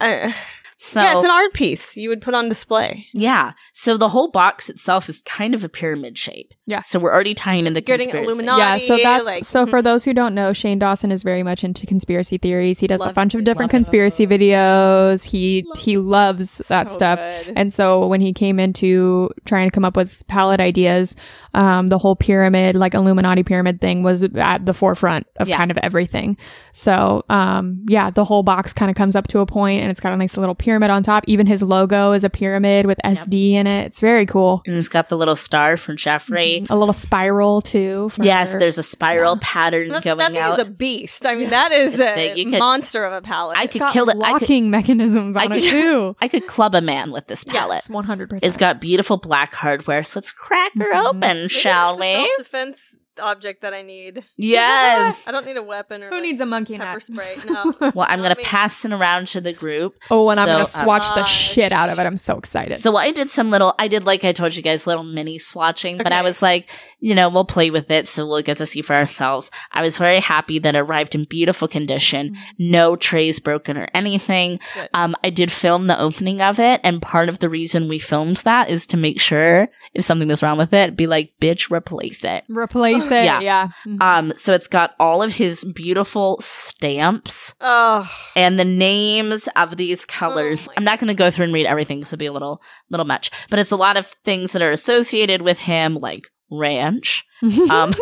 Speaker 4: Uh,
Speaker 5: so
Speaker 4: yeah, it's an art piece you would put on display.
Speaker 5: yeah so the whole box itself is kind of a pyramid shape
Speaker 6: Yeah.
Speaker 5: so we're already tying in the
Speaker 4: Getting
Speaker 5: conspiracy
Speaker 4: Illuminati.
Speaker 6: yeah, so that's
Speaker 4: like- hmm.
Speaker 6: so for those who don't know, Shane Dawson is very much into conspiracy theories. He does a
Speaker 4: Loves
Speaker 6: bunch
Speaker 4: it,
Speaker 6: of different
Speaker 4: love it.
Speaker 6: conspiracy videos. He he loves that
Speaker 4: So
Speaker 6: stuff.
Speaker 4: good.
Speaker 6: And so when he came into trying to come up with palette ideas, um, the whole pyramid, like Illuminati pyramid thing, was at the forefront of
Speaker 5: Yeah.
Speaker 6: kind of everything. So um, yeah, the whole box kind of comes up to a point, and it's got a nice little pyramid on top. Even his logo is a pyramid with SD in it. It's very cool.
Speaker 5: and it's got the little star from jeffrey
Speaker 4: Mm-hmm.
Speaker 6: A little spiral too. for-
Speaker 5: yes there's a spiral pattern
Speaker 4: that,
Speaker 5: going
Speaker 4: that thing
Speaker 5: out
Speaker 4: is a beast. I mean, that is
Speaker 5: It's
Speaker 4: a
Speaker 5: big. You could-
Speaker 4: monster of a palette.
Speaker 5: I
Speaker 6: It's
Speaker 5: could
Speaker 6: got
Speaker 5: kill it. I could,
Speaker 6: Locking mechanisms
Speaker 5: I
Speaker 6: on it
Speaker 5: could-
Speaker 6: too.
Speaker 5: I could club a man with this palette.
Speaker 6: One hundred percent.
Speaker 5: It's got beautiful black hardware, so let's crack her
Speaker 6: Mhm.
Speaker 5: open,
Speaker 4: Maybe
Speaker 5: shall
Speaker 4: that's Mm-hmm. the
Speaker 5: we?
Speaker 4: Self-defense object that I need.
Speaker 5: Yes.
Speaker 4: I don't need a weapon or
Speaker 6: Who
Speaker 4: like,
Speaker 6: needs a monkey
Speaker 4: pepper
Speaker 6: hat?
Speaker 4: spray. No.
Speaker 5: Well, I'm
Speaker 4: Not
Speaker 5: gonna
Speaker 4: me.
Speaker 5: pass it around to the group.
Speaker 6: Oh, and I'm
Speaker 5: So,
Speaker 6: gonna
Speaker 5: um,
Speaker 6: swatch the
Speaker 4: Gosh.
Speaker 6: shit out of it. I'm so excited.
Speaker 5: So I did some little, I did like I told you guys, little mini swatching, but I
Speaker 4: Okay.
Speaker 5: was like, you know, we'll play with it, so we'll get to see for ourselves. I was very happy that it arrived in beautiful condition, no trays broken or anything.
Speaker 4: Mm-hmm. Good.
Speaker 5: Um, I did film the opening of it, and part of the reason we filmed that is to make sure if something was wrong with it, be like, bitch, replace it.
Speaker 6: Replace it.
Speaker 5: Yeah.
Speaker 6: Yeah.
Speaker 5: Um, so it's got all of his beautiful stamps
Speaker 4: Oh,
Speaker 5: and the names of these colors.
Speaker 4: Oh my
Speaker 5: I'm not going to go through and read everything because it'll be a little, little much. But it's a lot of things that are associated with him, like ranch, um,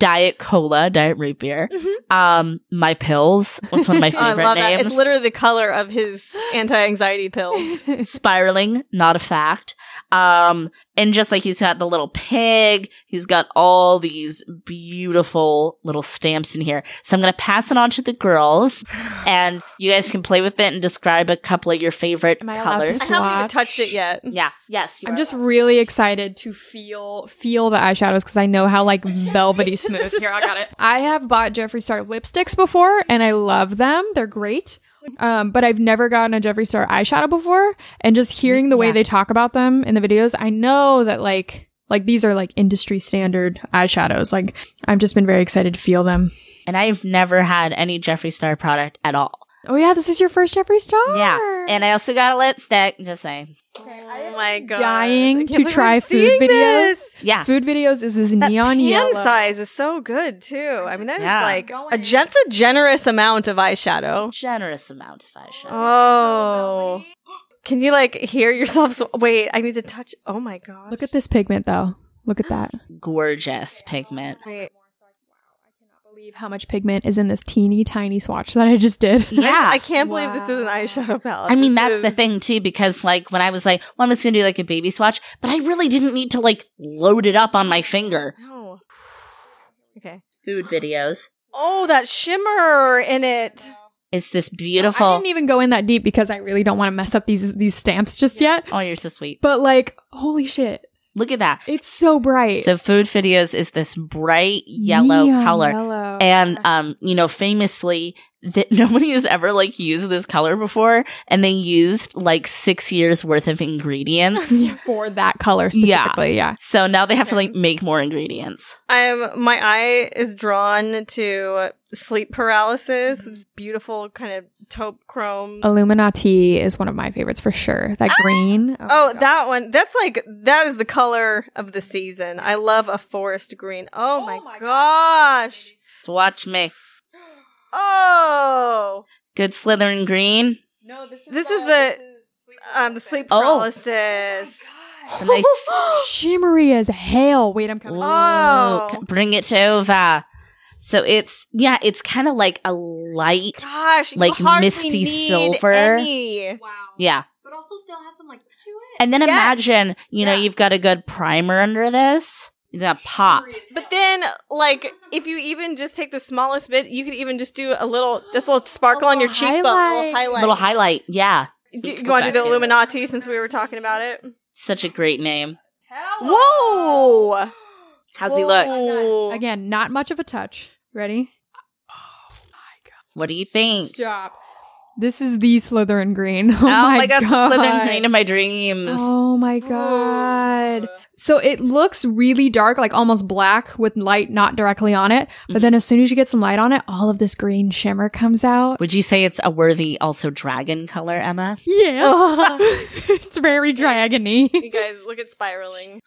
Speaker 5: diet cola, diet root beer, um, my pills. What's one of my
Speaker 4: Mm-hmm. Oh, I
Speaker 5: favorite
Speaker 4: love that. It's
Speaker 5: names?
Speaker 4: literally the color of his anti-anxiety pills.
Speaker 5: Spiraling, not a fact. Um, and just like he's got the little pig, he's got all these beautiful little stamps in here. So I'm going to pass it on to the girls, and you guys can play with it and describe a couple of your favorite
Speaker 6: Am I allowed to
Speaker 5: colors.
Speaker 4: I haven't even
Speaker 6: Swatch.
Speaker 4: touched it yet.
Speaker 5: yeah. Yes. you
Speaker 6: I'm
Speaker 5: are
Speaker 6: just
Speaker 5: allowed.
Speaker 6: really excited to feel feel the eyeshadows because I know how like velvety smooth. Here, I got it. I have bought Jeffree Star lipsticks before, and I love them. They're great. Um, but I've never gotten a Jeffree Star eyeshadow before, and just hearing the way
Speaker 5: Yeah.
Speaker 6: they talk about them in the videos, I know that like like these are like industry standard eyeshadows. Like I've just been very excited to feel them.
Speaker 5: And I've never had any Jeffree Star product at all.
Speaker 6: Oh yeah, this is your first Jeffree Star.
Speaker 5: Yeah. And I also got a lipstick, just saying.
Speaker 4: Oh my god! I
Speaker 6: dying
Speaker 4: can't
Speaker 6: to
Speaker 4: believe
Speaker 6: try
Speaker 4: I'm
Speaker 6: food
Speaker 4: seeing
Speaker 6: videos.
Speaker 4: this.
Speaker 5: Yeah.
Speaker 6: Food videos is this
Speaker 4: That
Speaker 6: neon
Speaker 4: pan
Speaker 6: yellow.
Speaker 4: size is so good too. I mean, that is
Speaker 5: Yeah.
Speaker 4: like a that's a generous amount of eyeshadow.
Speaker 5: Generous amount of eyeshadow.
Speaker 4: Oh, can you like hear yourself? Sw- Wait, I need to touch. Oh my god!
Speaker 6: Look at this pigment though. Look at that.
Speaker 5: Gorgeous pigment.
Speaker 4: Wait.
Speaker 6: Believe how much pigment is in this teeny tiny swatch that I just did.
Speaker 5: Yeah.
Speaker 4: I can't believe this is an eyeshadow palette.
Speaker 5: I mean,
Speaker 4: This
Speaker 5: that's the
Speaker 4: is-
Speaker 5: thing too, because like when I was like, well, I'm just gonna do like a baby swatch, but I really didn't need to like load it up on my finger.
Speaker 4: No. Okay.
Speaker 5: Food videos.
Speaker 4: Oh, that shimmer in it.
Speaker 5: It's this
Speaker 6: I
Speaker 5: beautiful.
Speaker 6: didn't even go in that deep because I really don't want to mess up these these stamps just yet.
Speaker 5: Oh, you're so sweet.
Speaker 6: But like, holy shit,
Speaker 5: Look at that.
Speaker 6: it's so bright.
Speaker 5: So food videos is this bright yellow
Speaker 6: Neon
Speaker 5: color.
Speaker 6: yellow.
Speaker 5: And um, you know, famously that nobody has ever like used this color before and they used like 6 years worth of ingredients.
Speaker 6: for that color
Speaker 5: Yeah.
Speaker 6: specifically, yeah.
Speaker 5: so now they have to like make more ingredients.
Speaker 4: I'm my eye is drawn to sleep paralysis. It's beautiful kind of taupe chrome.
Speaker 6: Oh. Illuminati is one of my favorites for sure. That green.
Speaker 4: Oh,
Speaker 6: my God.
Speaker 4: that one. That's like that is the color of the season. I love a forest green. Oh, my, gosh.
Speaker 5: So watch me.
Speaker 4: Oh.
Speaker 5: Good Slytherin green.
Speaker 4: This is the um the sleep
Speaker 5: Oh.
Speaker 4: paralysis.
Speaker 5: It's a nice
Speaker 6: shimmery as hell. Wait, I'm coming.
Speaker 4: Oh.
Speaker 5: Ooh, c- bring it over. So it's yeah, it's kind of like a light.
Speaker 4: Gosh, you
Speaker 5: Like
Speaker 4: hardly
Speaker 5: misty
Speaker 4: need
Speaker 5: silver.
Speaker 4: any.
Speaker 5: Yeah. But also still has some like to it. And then
Speaker 4: Yes.
Speaker 5: imagine, you know, you've got a good primer under this. It's gonna pop.
Speaker 4: But then, like, if you even just take the smallest bit, you could even just do a little, just a little sparkle on your
Speaker 6: little
Speaker 4: cheekbone, a little
Speaker 6: highlight.
Speaker 4: highlight.
Speaker 5: Little highlight. Yeah.
Speaker 4: Do you
Speaker 5: Go
Speaker 4: want to do
Speaker 5: back
Speaker 4: the
Speaker 5: in.
Speaker 4: Illuminati since we were talking about it?
Speaker 5: Such a great name.
Speaker 4: Whoa!
Speaker 5: How's he
Speaker 4: Oh,
Speaker 5: look?
Speaker 4: Whoa.
Speaker 6: Again, not much of a touch. Ready?
Speaker 5: What do you think?
Speaker 6: Stop. This is the Slytherin green. Oh,
Speaker 5: oh
Speaker 6: my,
Speaker 5: my god, it's the
Speaker 6: god.
Speaker 5: Slytherin green of my dreams.
Speaker 6: Oh my god. So it looks really dark, like almost black with light not directly on it. But
Speaker 5: Mm-hmm.
Speaker 6: then as soon as you get some light on it, all of this green shimmer comes out.
Speaker 5: Would you say it's a worthy also dragon color, Emma?
Speaker 6: Yeah. it's very dragony.
Speaker 4: You guys, look at spiraling.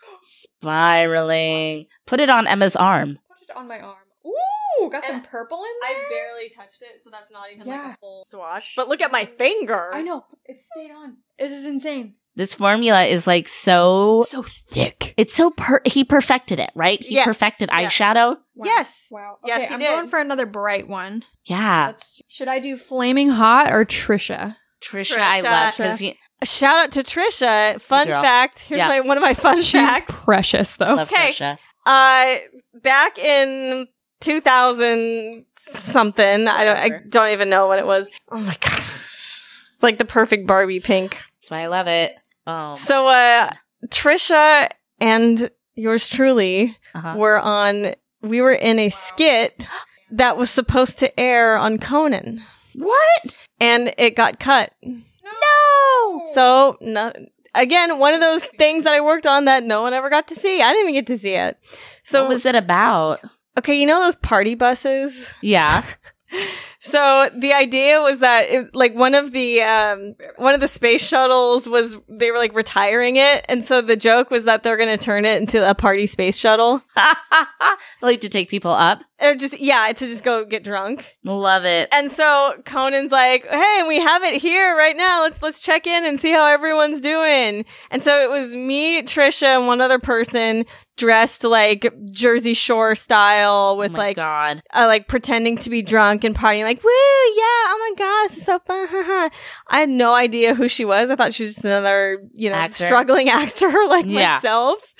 Speaker 5: Spiraling. Put it on Emma's arm.
Speaker 6: on my arm. Ooh, got
Speaker 4: some
Speaker 6: purple in
Speaker 4: I barely touched it, so that's not even
Speaker 6: like, a
Speaker 4: like
Speaker 6: Yeah.
Speaker 4: a full swatch. But look at my finger.
Speaker 6: know. It stayed on. This is insane.
Speaker 5: This formula is like so
Speaker 6: So thick.
Speaker 5: It's so per- he perfected it, right? He
Speaker 4: Yes.
Speaker 5: perfected
Speaker 4: Yeah.
Speaker 5: eyeshadow.
Speaker 4: Yes.
Speaker 6: Wow.
Speaker 4: Yes,
Speaker 6: Okay,
Speaker 4: he
Speaker 6: I'm
Speaker 4: did.
Speaker 6: going for another bright one.
Speaker 5: Yeah,
Speaker 6: Let's- Should I do flaming hot or Trisha?
Speaker 5: Trisha, I
Speaker 4: Trisha.
Speaker 5: love because you
Speaker 4: Shout out to Trisha. Fun
Speaker 5: girl.
Speaker 4: fact. Here's
Speaker 5: Yeah.
Speaker 4: my, one of my fun
Speaker 6: She's
Speaker 4: facts.
Speaker 6: precious though.
Speaker 5: love
Speaker 4: Okay.
Speaker 5: Trisha.
Speaker 4: Uh, back in 2000 something, I don't, I
Speaker 5: Whatever.
Speaker 4: don't even know what it was. Oh my gosh. Like the perfect Barbie pink.
Speaker 5: That's why I love it. Oh,
Speaker 4: So, uh, Trisha and yours truly
Speaker 5: uh-huh.
Speaker 4: were on, we were in a skit that was supposed to air on Conan
Speaker 5: what?
Speaker 4: and it got cut.
Speaker 5: No.
Speaker 4: So, no, again, one of those things that I worked on that no one ever got to see. I didn't even get to see it.
Speaker 5: So
Speaker 4: So,
Speaker 5: what was it about?
Speaker 4: okay, you know those party buses?
Speaker 5: Yeah.
Speaker 4: So the idea was that it, like one of the um, one of the space shuttles was they were like retiring it, and so the joke was that they're going to turn it into a party space shuttle,
Speaker 5: I like to take people up.
Speaker 4: or just yeah, to just go get drunk.
Speaker 5: Love it.
Speaker 4: And so Conan's like, "Hey, we have it here right now. Let's let's check in and see how everyone's doing." And so it was me, Trisha, and one other person dressed like Jersey Shore style with
Speaker 5: oh my
Speaker 4: like
Speaker 5: God.
Speaker 4: uh, like pretending to be drunk and partying, like woo, yeah, oh my gosh, this is so fun. ha, ha." I had no idea who she was. I thought she was just another, you know,
Speaker 5: Actor.
Speaker 4: struggling actor like
Speaker 5: Yeah.
Speaker 4: myself.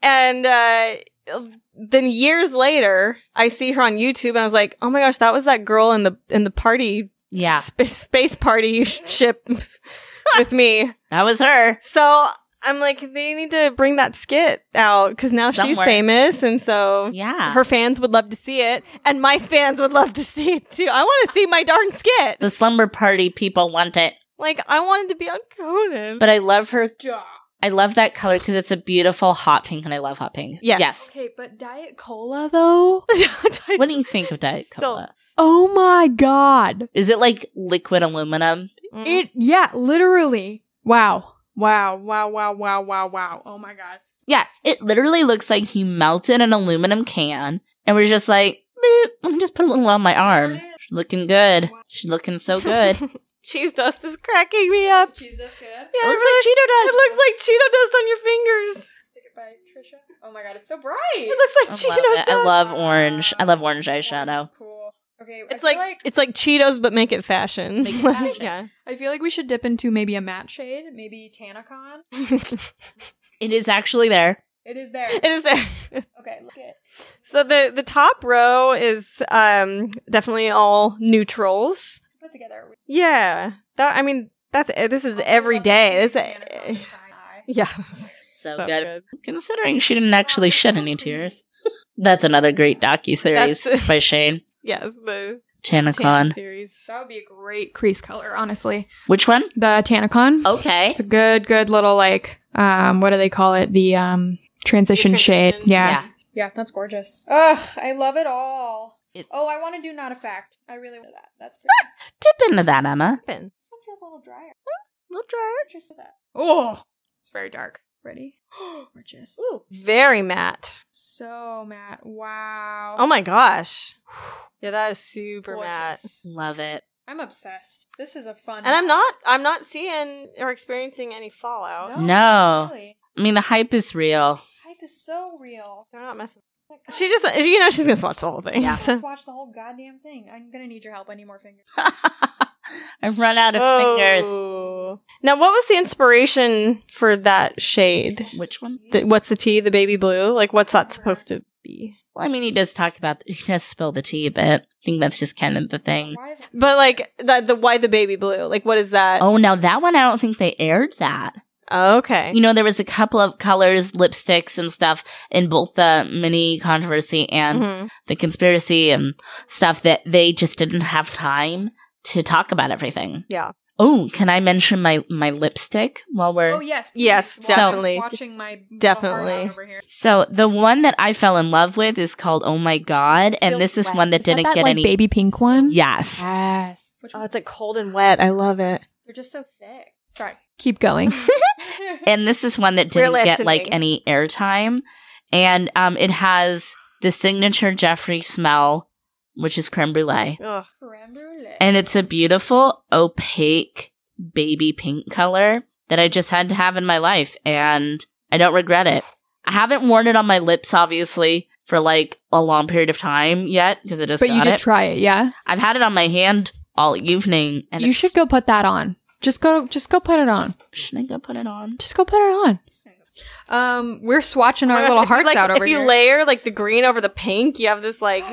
Speaker 4: And uh, then years later, I see her on YouTube, and I was like, oh my gosh, that was that girl in the in the party
Speaker 5: Yeah,
Speaker 4: sp- space party ship with me.
Speaker 5: that was her.
Speaker 4: So. I'm like, they need to bring that skit out because now she's
Speaker 5: Somewhere.
Speaker 4: famous, and so
Speaker 5: Yeah.
Speaker 4: her fans would love to see it, and my fans would love to see it too. I want to see my darn skit.
Speaker 5: the slumber party people want it, uh,
Speaker 4: Like I wanted to be on Conan.
Speaker 5: but I love her. I love that color because it's a beautiful hot pink, and I love hot pink.
Speaker 4: Yes.
Speaker 6: Okay, but Diet Cola though?
Speaker 5: What do you think of Diet
Speaker 4: Still-
Speaker 5: Cola?
Speaker 6: Oh my god.
Speaker 5: Is it like liquid aluminum?
Speaker 4: Mm.
Speaker 6: It yeah, literally. Wow. Wow, wow, wow, wow, wow, wow. Oh my god.
Speaker 5: Yeah, it literally looks like he melted an aluminum can and was just like, Boop, let me just put a little on my arm. She's looking good. She's looking so good. it
Speaker 4: Cheese dust is cracking me up.
Speaker 6: Cheese that's good.
Speaker 4: Yeah,
Speaker 5: looks
Speaker 4: really-
Speaker 5: like Cheeto
Speaker 4: It
Speaker 5: dust.
Speaker 4: looks like Cheeto dust on your fingers.
Speaker 6: Stick it by Trisha. Oh my god, it's so
Speaker 4: It
Speaker 6: bright.
Speaker 4: looks like
Speaker 5: I
Speaker 4: Cheeto
Speaker 5: love, it.
Speaker 4: dust.
Speaker 5: I love orange. I love orange eyeshadow.
Speaker 6: Cool. Okay,
Speaker 4: It's like, it's like Cheetos, but make it fashion.
Speaker 5: Make it fashion.
Speaker 4: yeah.
Speaker 6: I feel like we should dip into maybe a matte shade, maybe Tanacon.
Speaker 5: It is actually there.
Speaker 6: It is there.
Speaker 4: it is there.
Speaker 6: Okay, look it.
Speaker 4: So the the top row is um definitely all neutrals.
Speaker 6: Put together.
Speaker 4: Yeah. That I mean that's eh, this is every day. It's a, yeah.
Speaker 5: So,
Speaker 4: So
Speaker 5: good. Considering she didn't actually shed any tears. That's another great docu series
Speaker 4: That's-
Speaker 5: by Shane
Speaker 4: Yes, the Tanacon
Speaker 5: Tanacon.
Speaker 4: series.
Speaker 6: That would be a great crease color, honestly.
Speaker 5: Which one?
Speaker 6: The
Speaker 4: Oh.
Speaker 6: Tanacon.
Speaker 5: Okay.
Speaker 6: It's a good, good little like um what do they call it? The um transition,
Speaker 4: The
Speaker 6: shade.
Speaker 4: transition.
Speaker 6: Yeah.
Speaker 5: Yeah.
Speaker 6: Yeah, that's gorgeous. Ugh, I love it all.
Speaker 5: It's-
Speaker 6: Oh, I want to do not a fact. I really want that. That's pretty.
Speaker 4: Ah!
Speaker 5: Dip into that, Emma.
Speaker 4: Happen.
Speaker 6: this one feels a little drier.
Speaker 4: Little dryer.
Speaker 6: Interested that. Oh, it's very dark. Ready? gorgeous. Ooh,
Speaker 4: Very matte.
Speaker 6: so matte. Wow.
Speaker 4: Oh my gosh. Yeah, that is super matte.
Speaker 6: Gorgeous.
Speaker 5: Love it.
Speaker 6: I'm obsessed. This is a fun.
Speaker 4: And I'm not I'm not seeing or experiencing any fallout.
Speaker 5: No.
Speaker 6: Really.
Speaker 5: I mean, the hype is real.
Speaker 6: Hype is so real.
Speaker 4: They're not messing.
Speaker 6: Oh my God.
Speaker 4: She just you know she's gonna swatch the whole thing.
Speaker 5: Yeah.
Speaker 6: Just watch the whole goddamn thing. I'm gonna need your help. I need more fingers.
Speaker 5: I've run out of fingers.
Speaker 4: Oh. Now, what was the inspiration for that shade?
Speaker 5: Which one?
Speaker 4: The, what's the tea? The baby blue? Like, what's that supposed to be?
Speaker 5: Well, I mean, he does talk about he does spill the tea, but I think that's just kind of the thing.
Speaker 6: Why the-
Speaker 4: But like, the, the why the baby blue? Like, what is that?
Speaker 5: Oh, now that one, I don't think they aired that.
Speaker 4: okay.
Speaker 5: Oh. You know, there was a couple of colors, lipsticks, and stuff in both the mini controversy and
Speaker 4: Mhm.
Speaker 5: the conspiracy and stuff that they just didn't have time to talk about everything.
Speaker 4: Yeah.
Speaker 5: Oh, can I mention my my lipstick while we're
Speaker 6: Oh yes, please.
Speaker 4: Yes,
Speaker 6: Well, I'm just
Speaker 4: definitely.
Speaker 6: Watching my heart
Speaker 4: Definitely.
Speaker 6: out over here.
Speaker 5: So the one that I fell in love with is called Oh My God, and this is one that didn't get any.
Speaker 6: baby pink one.
Speaker 5: Yes,
Speaker 6: Yes. Which
Speaker 4: Oh,
Speaker 6: one?
Speaker 4: it's like cold and wet. I love it.
Speaker 6: They're just so thick. Sorry. Keep going.
Speaker 5: and this is one that didn't
Speaker 4: We're
Speaker 5: get like
Speaker 4: listening.
Speaker 5: any airtime, and um, it has the signature Jeffrey smell, which is creme brulee,
Speaker 4: Ugh.
Speaker 6: Creme brulee.
Speaker 5: and it's a beautiful opaque baby pink color that I just had to have in my life, and I don't regret it. I haven't worn it on my lips, obviously, for like a long period of time yet because I just
Speaker 6: but
Speaker 5: got
Speaker 6: you did
Speaker 5: it.
Speaker 6: try it, yeah.
Speaker 5: I've had it on my hand all evening, and
Speaker 6: you
Speaker 5: it's-
Speaker 6: should go put that on. Just go. Just go put it on.
Speaker 5: Should I go put it on?
Speaker 6: Just go put it on. Um, we're swatching
Speaker 4: Oh my
Speaker 6: our
Speaker 4: gosh,
Speaker 6: little
Speaker 4: if you,
Speaker 6: hearts
Speaker 4: like,
Speaker 6: out over
Speaker 4: If you
Speaker 6: here.
Speaker 4: layer like the green over the pink, you have this like.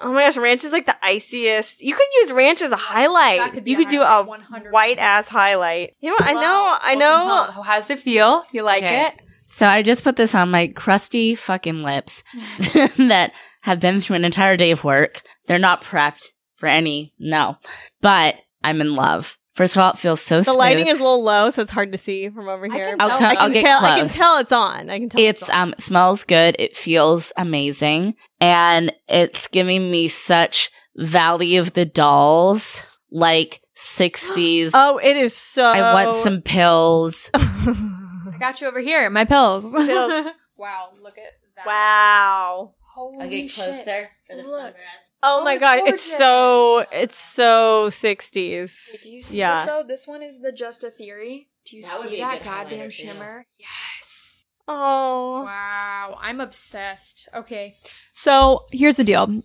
Speaker 4: Oh my gosh, ranch is like the iciest. You could use ranch as a highlight.
Speaker 6: could be
Speaker 4: you
Speaker 6: a
Speaker 4: could do a
Speaker 6: highlight, 100%.
Speaker 4: white ass highlight. You know, what? I know, I know.
Speaker 6: How does it feel? You like
Speaker 5: Okay.
Speaker 6: it?
Speaker 5: So I just put this on my crusty fucking lips that have been through an entire day of work. They're not prepped for any, no. But I'm in love. First of all, it feels so
Speaker 4: The
Speaker 5: smooth.
Speaker 4: lighting is a little low, so it's hard to see from over
Speaker 6: I
Speaker 4: here.
Speaker 6: can
Speaker 5: I'll,
Speaker 6: tell
Speaker 5: co-
Speaker 6: I can
Speaker 5: I'll get
Speaker 4: tell,
Speaker 5: close.
Speaker 4: I can tell it's on. I can tell
Speaker 5: It's
Speaker 4: on.
Speaker 5: um it smells good. It feels amazing, and it's giving me such Valley of the Dolls like '60s.
Speaker 4: Oh, it is so.
Speaker 5: I want some pills.
Speaker 6: I got you over here. My pills.
Speaker 4: Pills.
Speaker 6: wow! Look at that.
Speaker 4: wow.
Speaker 6: Holy
Speaker 5: for
Speaker 6: the Look. sunrise.
Speaker 4: Oh,
Speaker 6: Oh,
Speaker 4: my
Speaker 6: it's
Speaker 4: god, it's so
Speaker 6: gorgeous.
Speaker 4: it's so sixties.
Speaker 6: Wait, do you see
Speaker 4: Yeah.
Speaker 6: this though? This one is the Just a Theory. Do you
Speaker 5: That would
Speaker 6: see
Speaker 5: be a
Speaker 6: that
Speaker 5: good highlighter,
Speaker 6: goddamn
Speaker 5: too.
Speaker 6: shimmer? Yes.
Speaker 4: Oh,
Speaker 6: Wow, I'm obsessed. Okay. So here's the deal.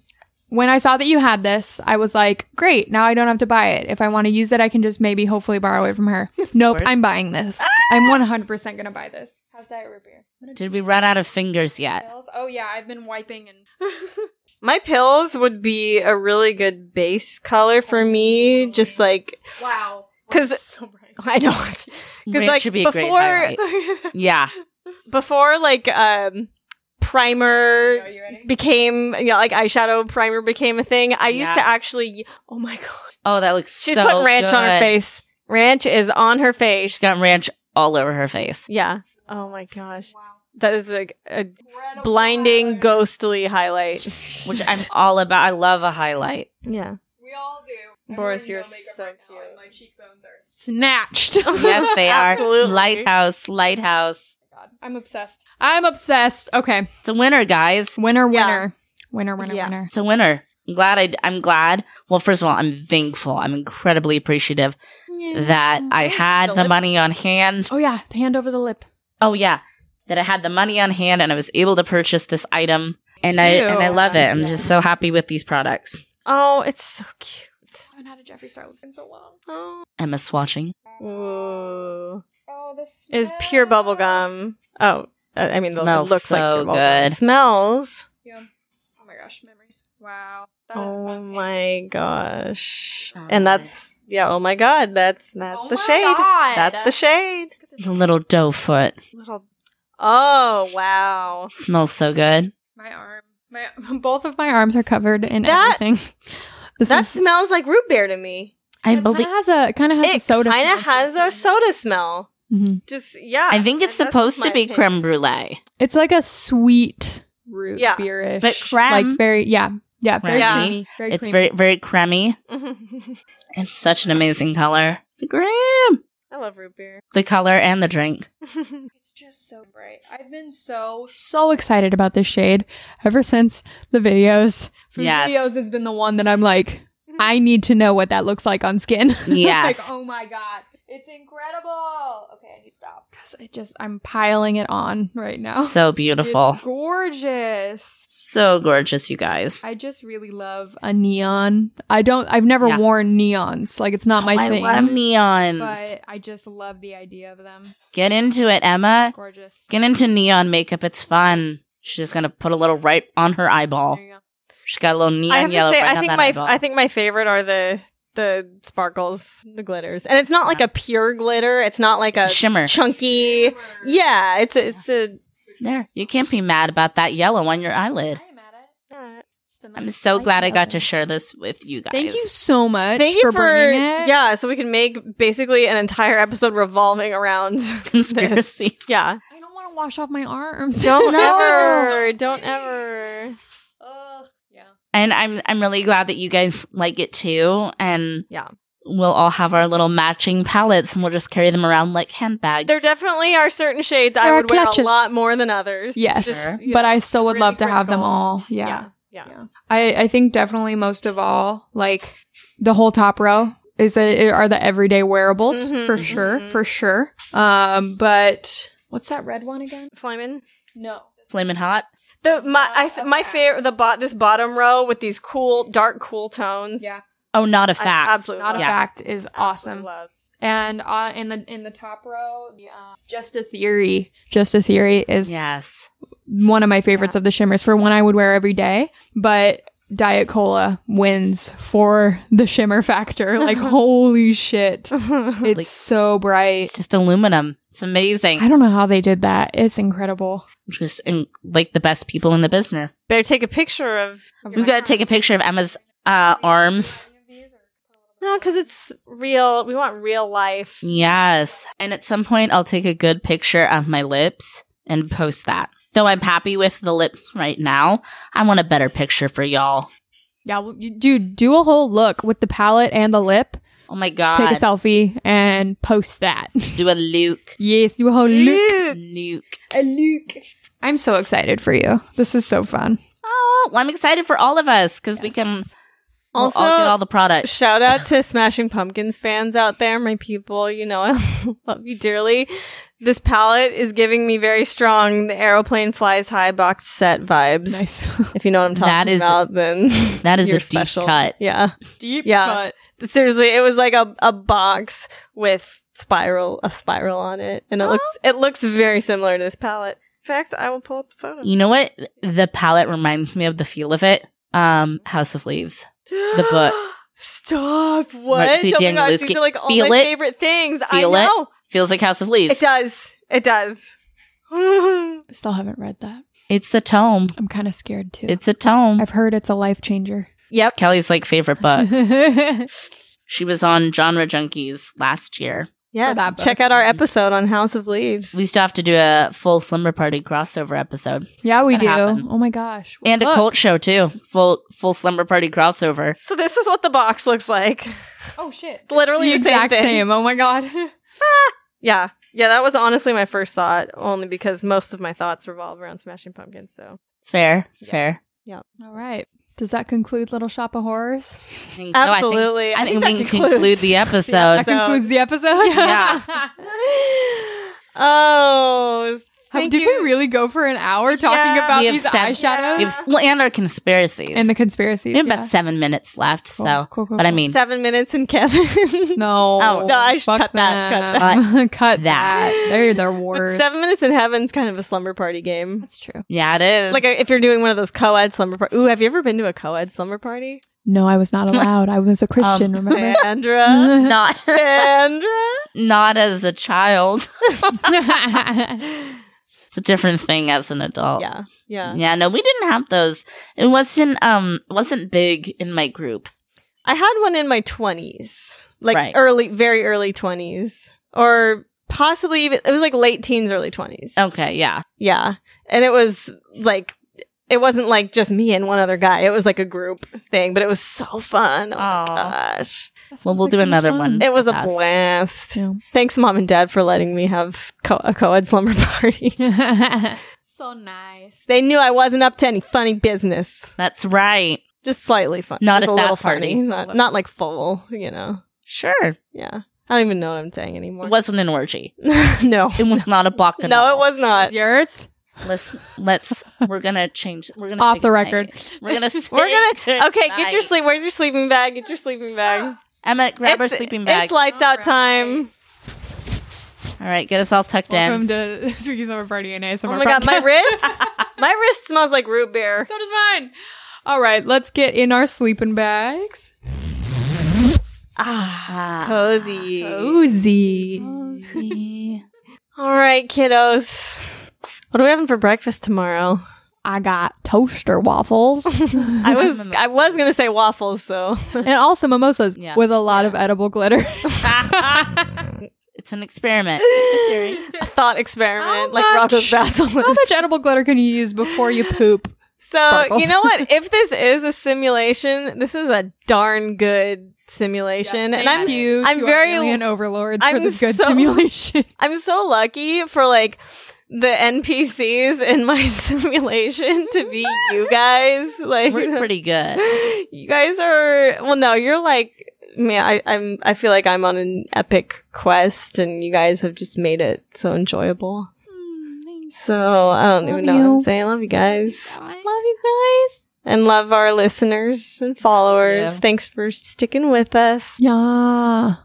Speaker 6: When I saw that you had this, I was like, great, now I don't have to buy it. If I want to use it, I can just maybe hopefully borrow it from her. Nope,
Speaker 5: course.
Speaker 6: I'm buying this. I'm 100% going to buy this. Ah! How's Diet Root Beer? I'm gonna do
Speaker 5: Did we run out of fingers yet?
Speaker 6: pills. Oh, yeah, I've been wiping and.
Speaker 4: my pills would be a really good base color for me.
Speaker 6: Oh.
Speaker 4: Just like
Speaker 6: wow.
Speaker 4: 'Cause-
Speaker 6: It's so bright.
Speaker 4: I know, because
Speaker 5: Ranch
Speaker 4: like
Speaker 5: should be a
Speaker 4: before
Speaker 5: great highlight. Yeah.
Speaker 4: before like um
Speaker 6: Are
Speaker 4: primer
Speaker 6: you ready?
Speaker 4: became you know, like eyeshadow primer became a thing. I used to
Speaker 5: Yes.
Speaker 4: actually. Oh my god,
Speaker 5: Oh, that looks
Speaker 4: she's
Speaker 5: so
Speaker 4: putting ranch on her
Speaker 5: good.
Speaker 4: face. Ranch is on her face.
Speaker 5: She's got ranch all over her face.
Speaker 4: yeah. Oh my gosh. That is like a blinding, ghostly highlight.
Speaker 5: which I'm all about. I love a highlight.
Speaker 4: Yeah.
Speaker 6: We all do.
Speaker 4: Boris, Everyone in no you're makeup so right now, and
Speaker 6: my cheekbones are snatched.
Speaker 5: Yes, they are.
Speaker 4: Absolutely.
Speaker 5: Lighthouse, lighthouse.
Speaker 6: I'm obsessed. I'm obsessed. Okay.
Speaker 5: It's a winner, guys.
Speaker 6: Winner, winner.
Speaker 4: Yeah.
Speaker 6: Winner, winner,
Speaker 4: Yeah.
Speaker 6: winner.
Speaker 5: It's a winner. I'm glad. I, I'm glad. Well, first of all, I'm thankful. I'm incredibly appreciative that I had the money on hand.
Speaker 6: Oh, yeah. The hand over the lip.
Speaker 5: Oh yeah, that I had the money on hand and I was able to purchase this item. And I and I
Speaker 6: Ew.
Speaker 5: love it. I'm just so happy with these products.
Speaker 4: Oh, it's so cute.
Speaker 6: I haven't had a Jeffree Star lip in so long.
Speaker 4: Oh.
Speaker 5: Emma swatching.
Speaker 4: Ooh.
Speaker 6: Oh, this
Speaker 4: It's pure bubble gum. Oh, uh, I mean, the
Speaker 5: Smells
Speaker 4: it looks like
Speaker 5: so
Speaker 4: pure bubble gum.
Speaker 5: good.
Speaker 4: Smells.
Speaker 6: Oh my gosh, memories. Wow. That is
Speaker 4: Oh my gosh.
Speaker 5: Oh
Speaker 4: and
Speaker 5: my.
Speaker 4: that's yeah, oh my god, that's that's
Speaker 6: Oh
Speaker 4: the
Speaker 6: my
Speaker 4: shade.
Speaker 6: God.
Speaker 4: That's the shade.
Speaker 5: The little doe foot
Speaker 4: Little Oh, wow.
Speaker 5: smells so good.
Speaker 6: My arm. My both of my arms are covered in
Speaker 4: That-
Speaker 6: everything. This
Speaker 4: that
Speaker 6: is
Speaker 4: smells like root beer to me.
Speaker 5: I
Speaker 6: it
Speaker 5: believe.
Speaker 6: kinda has a kind of has a
Speaker 4: It
Speaker 6: soda.
Speaker 4: kind of
Speaker 6: smell to
Speaker 4: has
Speaker 6: it.
Speaker 4: a soda smell.
Speaker 6: Mhm.
Speaker 4: Just yeah.
Speaker 5: I think it's
Speaker 4: and that's
Speaker 5: supposed
Speaker 4: my
Speaker 5: to be
Speaker 4: opinion.
Speaker 5: creme brulee.
Speaker 6: It's like a sweet root
Speaker 4: Yeah.
Speaker 6: beerish,
Speaker 5: But creme-
Speaker 6: like very yeah yeah very
Speaker 5: Yeah.
Speaker 6: creamy. Very
Speaker 5: It's
Speaker 6: creamy.
Speaker 5: very very creamy.
Speaker 4: Mhm.
Speaker 5: It's such an amazing color. The gram,
Speaker 4: I love root beer.
Speaker 5: the color, and the drink.
Speaker 6: It's just so bright. I've been so so excited about this shade ever since the videos. From
Speaker 5: Yes.
Speaker 6: videos has been the one that I'm like, I need to know what that looks like on skin.
Speaker 5: Yes.
Speaker 6: like, oh my god, it's incredible. Okay, I need to stop because I just I'm piling it on right
Speaker 4: Oh,
Speaker 6: now.
Speaker 5: So beautiful.
Speaker 6: It's gorgeous.
Speaker 5: So gorgeous, you guys.
Speaker 6: I just really love a neon. I don't. I've never
Speaker 5: Yeah.
Speaker 6: worn neons. Like it's not my
Speaker 5: I
Speaker 6: thing.
Speaker 5: love neons.
Speaker 6: but I just love the idea of them.
Speaker 5: Get into it, Emma.
Speaker 6: Gorgeous.
Speaker 5: Get into neon makeup. It's fun. She's just gonna put a little right on her eyeball.
Speaker 6: There you go.
Speaker 5: She's got a little
Speaker 4: I
Speaker 5: neon
Speaker 4: have to
Speaker 5: yellow
Speaker 4: say
Speaker 5: right
Speaker 4: I
Speaker 5: on
Speaker 4: think
Speaker 5: that
Speaker 4: my
Speaker 5: eyeball.
Speaker 4: I think my favorite are the the sparkles, the glitters. And it's not like a pure glitter. It's not like a
Speaker 5: It's a shimmer.
Speaker 4: chunky. Yeah, it's a, it's a
Speaker 5: There. You can't be mad about that yellow on your eyelid.
Speaker 6: I am at it. Just a
Speaker 5: I'm
Speaker 6: nice
Speaker 5: so
Speaker 6: light
Speaker 5: glad I got
Speaker 6: yellow.
Speaker 5: to share this with you guys.
Speaker 6: Thank you so much
Speaker 4: Thank you
Speaker 6: for,
Speaker 4: for,
Speaker 6: bringing it.
Speaker 4: yeah, so we can make basically an entire episode revolving around
Speaker 5: Conspiracy.
Speaker 4: yeah.
Speaker 6: I don't want to wash off my arms.
Speaker 4: Don't
Speaker 5: No.
Speaker 4: ever, don't ever.
Speaker 6: Ugh. Yeah.
Speaker 5: and I'm I'm really glad that you guys like it too. And
Speaker 4: Yeah.
Speaker 5: we'll all have our little matching palettes, and we'll just carry them around like handbags.
Speaker 4: There definitely are certain shades
Speaker 6: There
Speaker 4: I
Speaker 6: are
Speaker 4: would wear a
Speaker 6: clutches.
Speaker 4: lot more than others.
Speaker 6: Yes,
Speaker 5: Sure.
Speaker 4: you
Speaker 6: but
Speaker 4: know,
Speaker 6: I still would
Speaker 4: really
Speaker 6: love to have them
Speaker 4: critical.
Speaker 6: all. Yeah.
Speaker 4: yeah, yeah.
Speaker 6: I I think definitely most of all, like the whole top row is a, are the everyday wearables
Speaker 4: Mhm,
Speaker 6: for sure,
Speaker 4: mhm.
Speaker 6: for sure. Um, but what's that red one again?
Speaker 4: Flamin.
Speaker 6: No.
Speaker 5: flaming hot.
Speaker 4: The my I, s-
Speaker 6: Uh,
Speaker 4: my
Speaker 6: okay.
Speaker 4: favorite the bot this bottom row with these cool dark cool tones.
Speaker 6: Yeah.
Speaker 5: Oh, not a
Speaker 4: I
Speaker 5: fact.
Speaker 4: absolutely
Speaker 6: Not a
Speaker 4: love.
Speaker 5: Yeah.
Speaker 6: fact is awesome.
Speaker 4: Absolutely love.
Speaker 6: And uh, in the in the top row, the, uh, just a theory. Just a theory is
Speaker 5: yes.
Speaker 6: one of my favorites of the shimmers for one I would wear every day, but Diet Cola wins for the shimmer factor. Like holy shit. It's
Speaker 5: Like-
Speaker 6: so bright.
Speaker 5: It's just aluminum. It's amazing.
Speaker 6: I don't know how they did that. It's incredible.
Speaker 5: Just in, like the best people in the business.
Speaker 4: Better take a picture of
Speaker 5: We've got to take a picture of Emma's uh, arms.
Speaker 4: no, because it's real. We want real life.
Speaker 5: Yes. And at some point, I'll take a good picture of my lips and post that. Though I'm happy with the lips right now, I want a better picture for y'all.
Speaker 6: Yeah, well, you, dude, do a whole look with the palette and the lip.
Speaker 5: Oh my God.
Speaker 6: Take a selfie and post that.
Speaker 5: Do a Luke.
Speaker 6: yes, do a whole look.
Speaker 5: Luke.
Speaker 6: A look. I'm so excited for you. This is so fun.
Speaker 5: Oh, well, I'm excited for all of us because we can we'll
Speaker 4: Also,
Speaker 5: all get all the products.
Speaker 4: Shout out to Smashing Pumpkins fans out there, my people. You know, I love you dearly. This palette is giving me very strong the aeroplane flies high box set vibes.
Speaker 6: Nice.
Speaker 4: If you know what I'm talking
Speaker 5: That is-
Speaker 4: about, then
Speaker 5: that is a
Speaker 4: you're
Speaker 5: deep cut.
Speaker 4: Yeah,
Speaker 6: Deep
Speaker 4: Yeah. cut. seriously, it was like a, a box with spiral a spiral on it, and it looks it looks very similar to this palette. In fact, I will pull up the photo.
Speaker 5: You know what? The palette reminds me of the feel of it. Um, House of Leaves. the book.
Speaker 4: Stop! What?
Speaker 5: Marcy
Speaker 4: oh my gosh,
Speaker 5: Danielewski.
Speaker 4: these are like all
Speaker 5: Feel
Speaker 4: my
Speaker 5: it.
Speaker 4: favorite things.
Speaker 5: Feel
Speaker 4: I
Speaker 5: it.
Speaker 4: know.
Speaker 5: Feels like House of
Speaker 4: It
Speaker 5: Leaves.
Speaker 4: does. It does.
Speaker 6: Still haven't read that.
Speaker 5: It's a tome.
Speaker 6: I'm kind of scared too.
Speaker 5: It's a tome.
Speaker 6: I've heard it's a life changer.
Speaker 5: It's
Speaker 4: Mm-hmm.
Speaker 5: Kelly's like favorite book.
Speaker 6: That's
Speaker 5: She was on Genre Junkies last year.
Speaker 4: Yeah,
Speaker 6: For that book.
Speaker 4: check out our episode on House of Leaves.
Speaker 5: We still have to do a full slumber party crossover episode
Speaker 6: Yeah, we
Speaker 5: That
Speaker 6: do.
Speaker 5: happened.
Speaker 6: Oh my gosh. Well,
Speaker 5: and a
Speaker 6: look.
Speaker 5: cult show too. Full full slumber party crossover.
Speaker 4: So this is what the box looks like.
Speaker 6: Oh shit.
Speaker 4: Literally
Speaker 6: The
Speaker 4: the
Speaker 6: exact
Speaker 4: same
Speaker 6: same.
Speaker 4: thing.
Speaker 6: Oh my god.
Speaker 4: Yeah. Yeah, that was honestly my first thought, only because most of my thoughts revolve around Smashing Pumpkins. So
Speaker 5: Fair, fair.
Speaker 6: All right. Does that conclude Little Shop of Horrors?
Speaker 5: I think so. I think-
Speaker 4: absolutely,
Speaker 5: I think,
Speaker 4: that
Speaker 5: we can conclude the episode.
Speaker 6: that
Speaker 4: so-
Speaker 6: concludes the episode.
Speaker 5: Yeah.
Speaker 4: oh,
Speaker 6: How-
Speaker 4: thank
Speaker 6: Did
Speaker 4: you.
Speaker 6: we really go for an hour talking
Speaker 4: Yeah.
Speaker 6: about
Speaker 5: We have
Speaker 6: these
Speaker 5: seven-
Speaker 6: eyeshadows
Speaker 5: We've s- well, and our conspiracies.
Speaker 6: Uh, and the conspiracies?
Speaker 5: we have about
Speaker 6: yeah.
Speaker 5: seven minutes left,
Speaker 6: Cool,
Speaker 5: so.
Speaker 6: cool, cool,
Speaker 5: But I
Speaker 6: cool.
Speaker 5: mean,
Speaker 4: seven minutes and Kevin.
Speaker 6: no,
Speaker 5: Oh,
Speaker 4: no, I should
Speaker 6: Fuck
Speaker 4: cut that, cut
Speaker 6: them.
Speaker 5: that.
Speaker 6: cut
Speaker 5: That.
Speaker 6: that. They're the
Speaker 4: But
Speaker 6: worst.
Speaker 4: seven minutes in heaven's kind of a slumber party game.
Speaker 6: That's true.
Speaker 5: yeah, it is.
Speaker 4: Like if you're doing one of those co-ed slumber party. Ooh, have you ever been to a co-ed slumber party,
Speaker 6: No, I was not allowed. I was a Christian.
Speaker 5: Um,
Speaker 6: remember?
Speaker 4: Sandra?
Speaker 5: not
Speaker 4: Sandra.
Speaker 5: not as a child. It's a different thing as an adult.
Speaker 4: Yeah, yeah.
Speaker 5: Oh. Yeah, no, we didn't have those. It wasn't um wasn't big in my group.
Speaker 4: I had one in my 20s, like
Speaker 5: Right.
Speaker 4: early, very early 20s, or possibly even, it was like late teens, early 20s.
Speaker 5: Okay, yeah.
Speaker 4: Yeah. And it was like, it wasn't like just me and one other guy. It was like a group thing, but it was so fun. Oh my
Speaker 5: Aw.
Speaker 4: gosh.
Speaker 5: Well, we'll do another one.
Speaker 4: It was a
Speaker 5: Us.
Speaker 4: blast.
Speaker 6: Yeah.
Speaker 4: Thanks, mom and dad, for letting me have co- a co ed slumber party.
Speaker 6: so nice.
Speaker 4: they knew I wasn't up to any funny business.
Speaker 5: That's right.
Speaker 4: Just slightly fun.
Speaker 5: Not
Speaker 4: It was
Speaker 5: at
Speaker 4: a
Speaker 5: that
Speaker 4: little funny.
Speaker 5: party.
Speaker 4: Not, not like full, you know.
Speaker 5: Sure.
Speaker 4: Yeah. I don't even know what I'm saying anymore.
Speaker 5: It wasn't an orgy.
Speaker 4: no.
Speaker 5: It was not a block. and
Speaker 4: No,
Speaker 5: all.
Speaker 4: it was not.
Speaker 6: Is yours?
Speaker 5: Let's let's we're gonna change we're gonna
Speaker 6: Off
Speaker 5: say
Speaker 6: the
Speaker 5: goodnight.
Speaker 6: record.
Speaker 5: We're gonna say
Speaker 4: We're gonna okay. Get your
Speaker 5: goodnight.
Speaker 4: sleep. Where's your sleeping bag? Get your sleeping bag.
Speaker 5: Emma, grab our
Speaker 4: It's-
Speaker 5: sleeping bag.
Speaker 4: It's lights out time.
Speaker 5: all right, get us all tucked
Speaker 6: Welcome
Speaker 5: in.
Speaker 6: to Squeaky Summer Party and ASMR.
Speaker 4: Oh my god, my
Speaker 6: podcast.
Speaker 4: wrist, my wrist smells like root beer.
Speaker 6: So does mine. All right, let's get in our sleeping bags.
Speaker 5: Ah.
Speaker 4: Cozy.
Speaker 6: Cozy.
Speaker 4: All right, kiddos. What are we having for breakfast tomorrow?
Speaker 6: I got toaster waffles
Speaker 4: I was I was gonna say waffles, so
Speaker 6: and also mimosas
Speaker 5: Yeah.
Speaker 6: with a lot of edible glitter.
Speaker 5: it's an experiment.
Speaker 4: a thought experiment
Speaker 6: How
Speaker 4: like
Speaker 6: much-
Speaker 4: Rocco's
Speaker 6: How
Speaker 4: basilisk.
Speaker 6: much edible glitter can you use before you poop?
Speaker 4: So
Speaker 6: sparkles?
Speaker 4: you know what? If this is a simulation, this is a darn good simulation, and I'm
Speaker 6: Thank you.
Speaker 4: I'm
Speaker 6: to our
Speaker 4: very
Speaker 6: alien overlords for
Speaker 4: I'm
Speaker 6: this good
Speaker 4: so-
Speaker 6: simulation.
Speaker 4: I'm so lucky for like the NPCs in my simulation to be you guys. Like
Speaker 5: We're pretty good.
Speaker 4: you guys are well no, you're like man, I, I'm I feel like I'm on an epic quest and you guys have just made it so enjoyable.
Speaker 5: Hmm,
Speaker 4: So I don't even know what I'm saying. I love you guys.
Speaker 5: Love
Speaker 4: you guys. And love our listeners and followers.
Speaker 5: Yeah.
Speaker 4: Thanks for sticking with us.
Speaker 6: Yeah.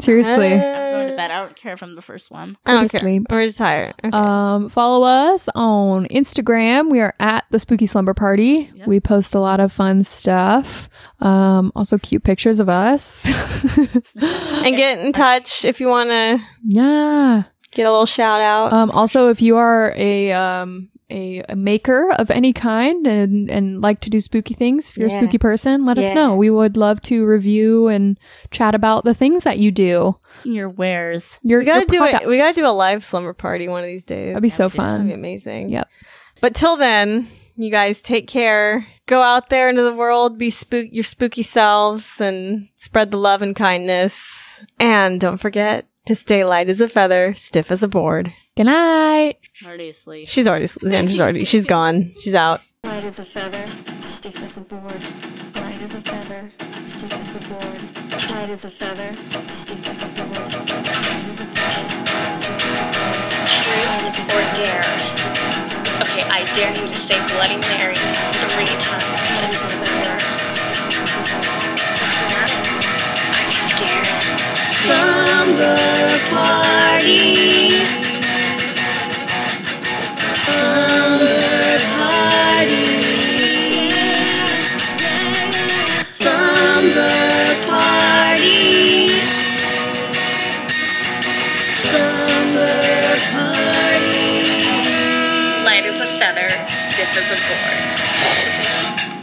Speaker 6: Seriously.
Speaker 5: I'm going to bed. I don't care if I'm the first one.
Speaker 4: I don't
Speaker 6: to
Speaker 4: care.
Speaker 6: sleep.
Speaker 4: We're just tired. Okay.
Speaker 6: Um, follow us on Instagram. We are at the Spooky Slumber Party.
Speaker 5: Yeah.
Speaker 6: We post a lot of fun stuff. Um, also cute pictures of us.
Speaker 4: and get in touch if you want to
Speaker 6: yeah.
Speaker 4: get a little shout out.
Speaker 6: Um, also, if you are a um, a, a maker of any kind and and like to do spooky things, if you're
Speaker 4: Yeah.
Speaker 6: a spooky person, let us
Speaker 4: Yeah.
Speaker 6: know. We would love to review and chat about the things that you do.
Speaker 5: Your wares.
Speaker 6: Your,
Speaker 4: we gotta
Speaker 6: your
Speaker 4: do
Speaker 6: product.
Speaker 4: it. We gotta do a live slumber party one of these days.
Speaker 6: That'd be so
Speaker 4: That'd be
Speaker 6: fun.
Speaker 4: amazing.
Speaker 6: Yep.
Speaker 4: But till then, you guys take care. Go out there into the world, be spook your spooky selves, and spread the love and kindness. And don't forget to stay light as a feather, stiff as a board.
Speaker 6: Good night.
Speaker 5: Already asleep.
Speaker 4: She's already. Sandra's already. She's gone. She's out.
Speaker 1: Light as a feather, stiff as a board. Light as a feather, stiff as a board. Light as a feather, stiff as a board. Light as a feather, stiff as a board.
Speaker 2: Truth or dare?
Speaker 1: Stiff as a board.
Speaker 2: Okay, I dare you to say bloody Mary three times.
Speaker 1: Light as a feather, stiff as a board.
Speaker 2: I'm scared.
Speaker 3: Slumber party. Slumber party. Slumber party. Slumber party.
Speaker 2: Light as a feather, stiff as a board.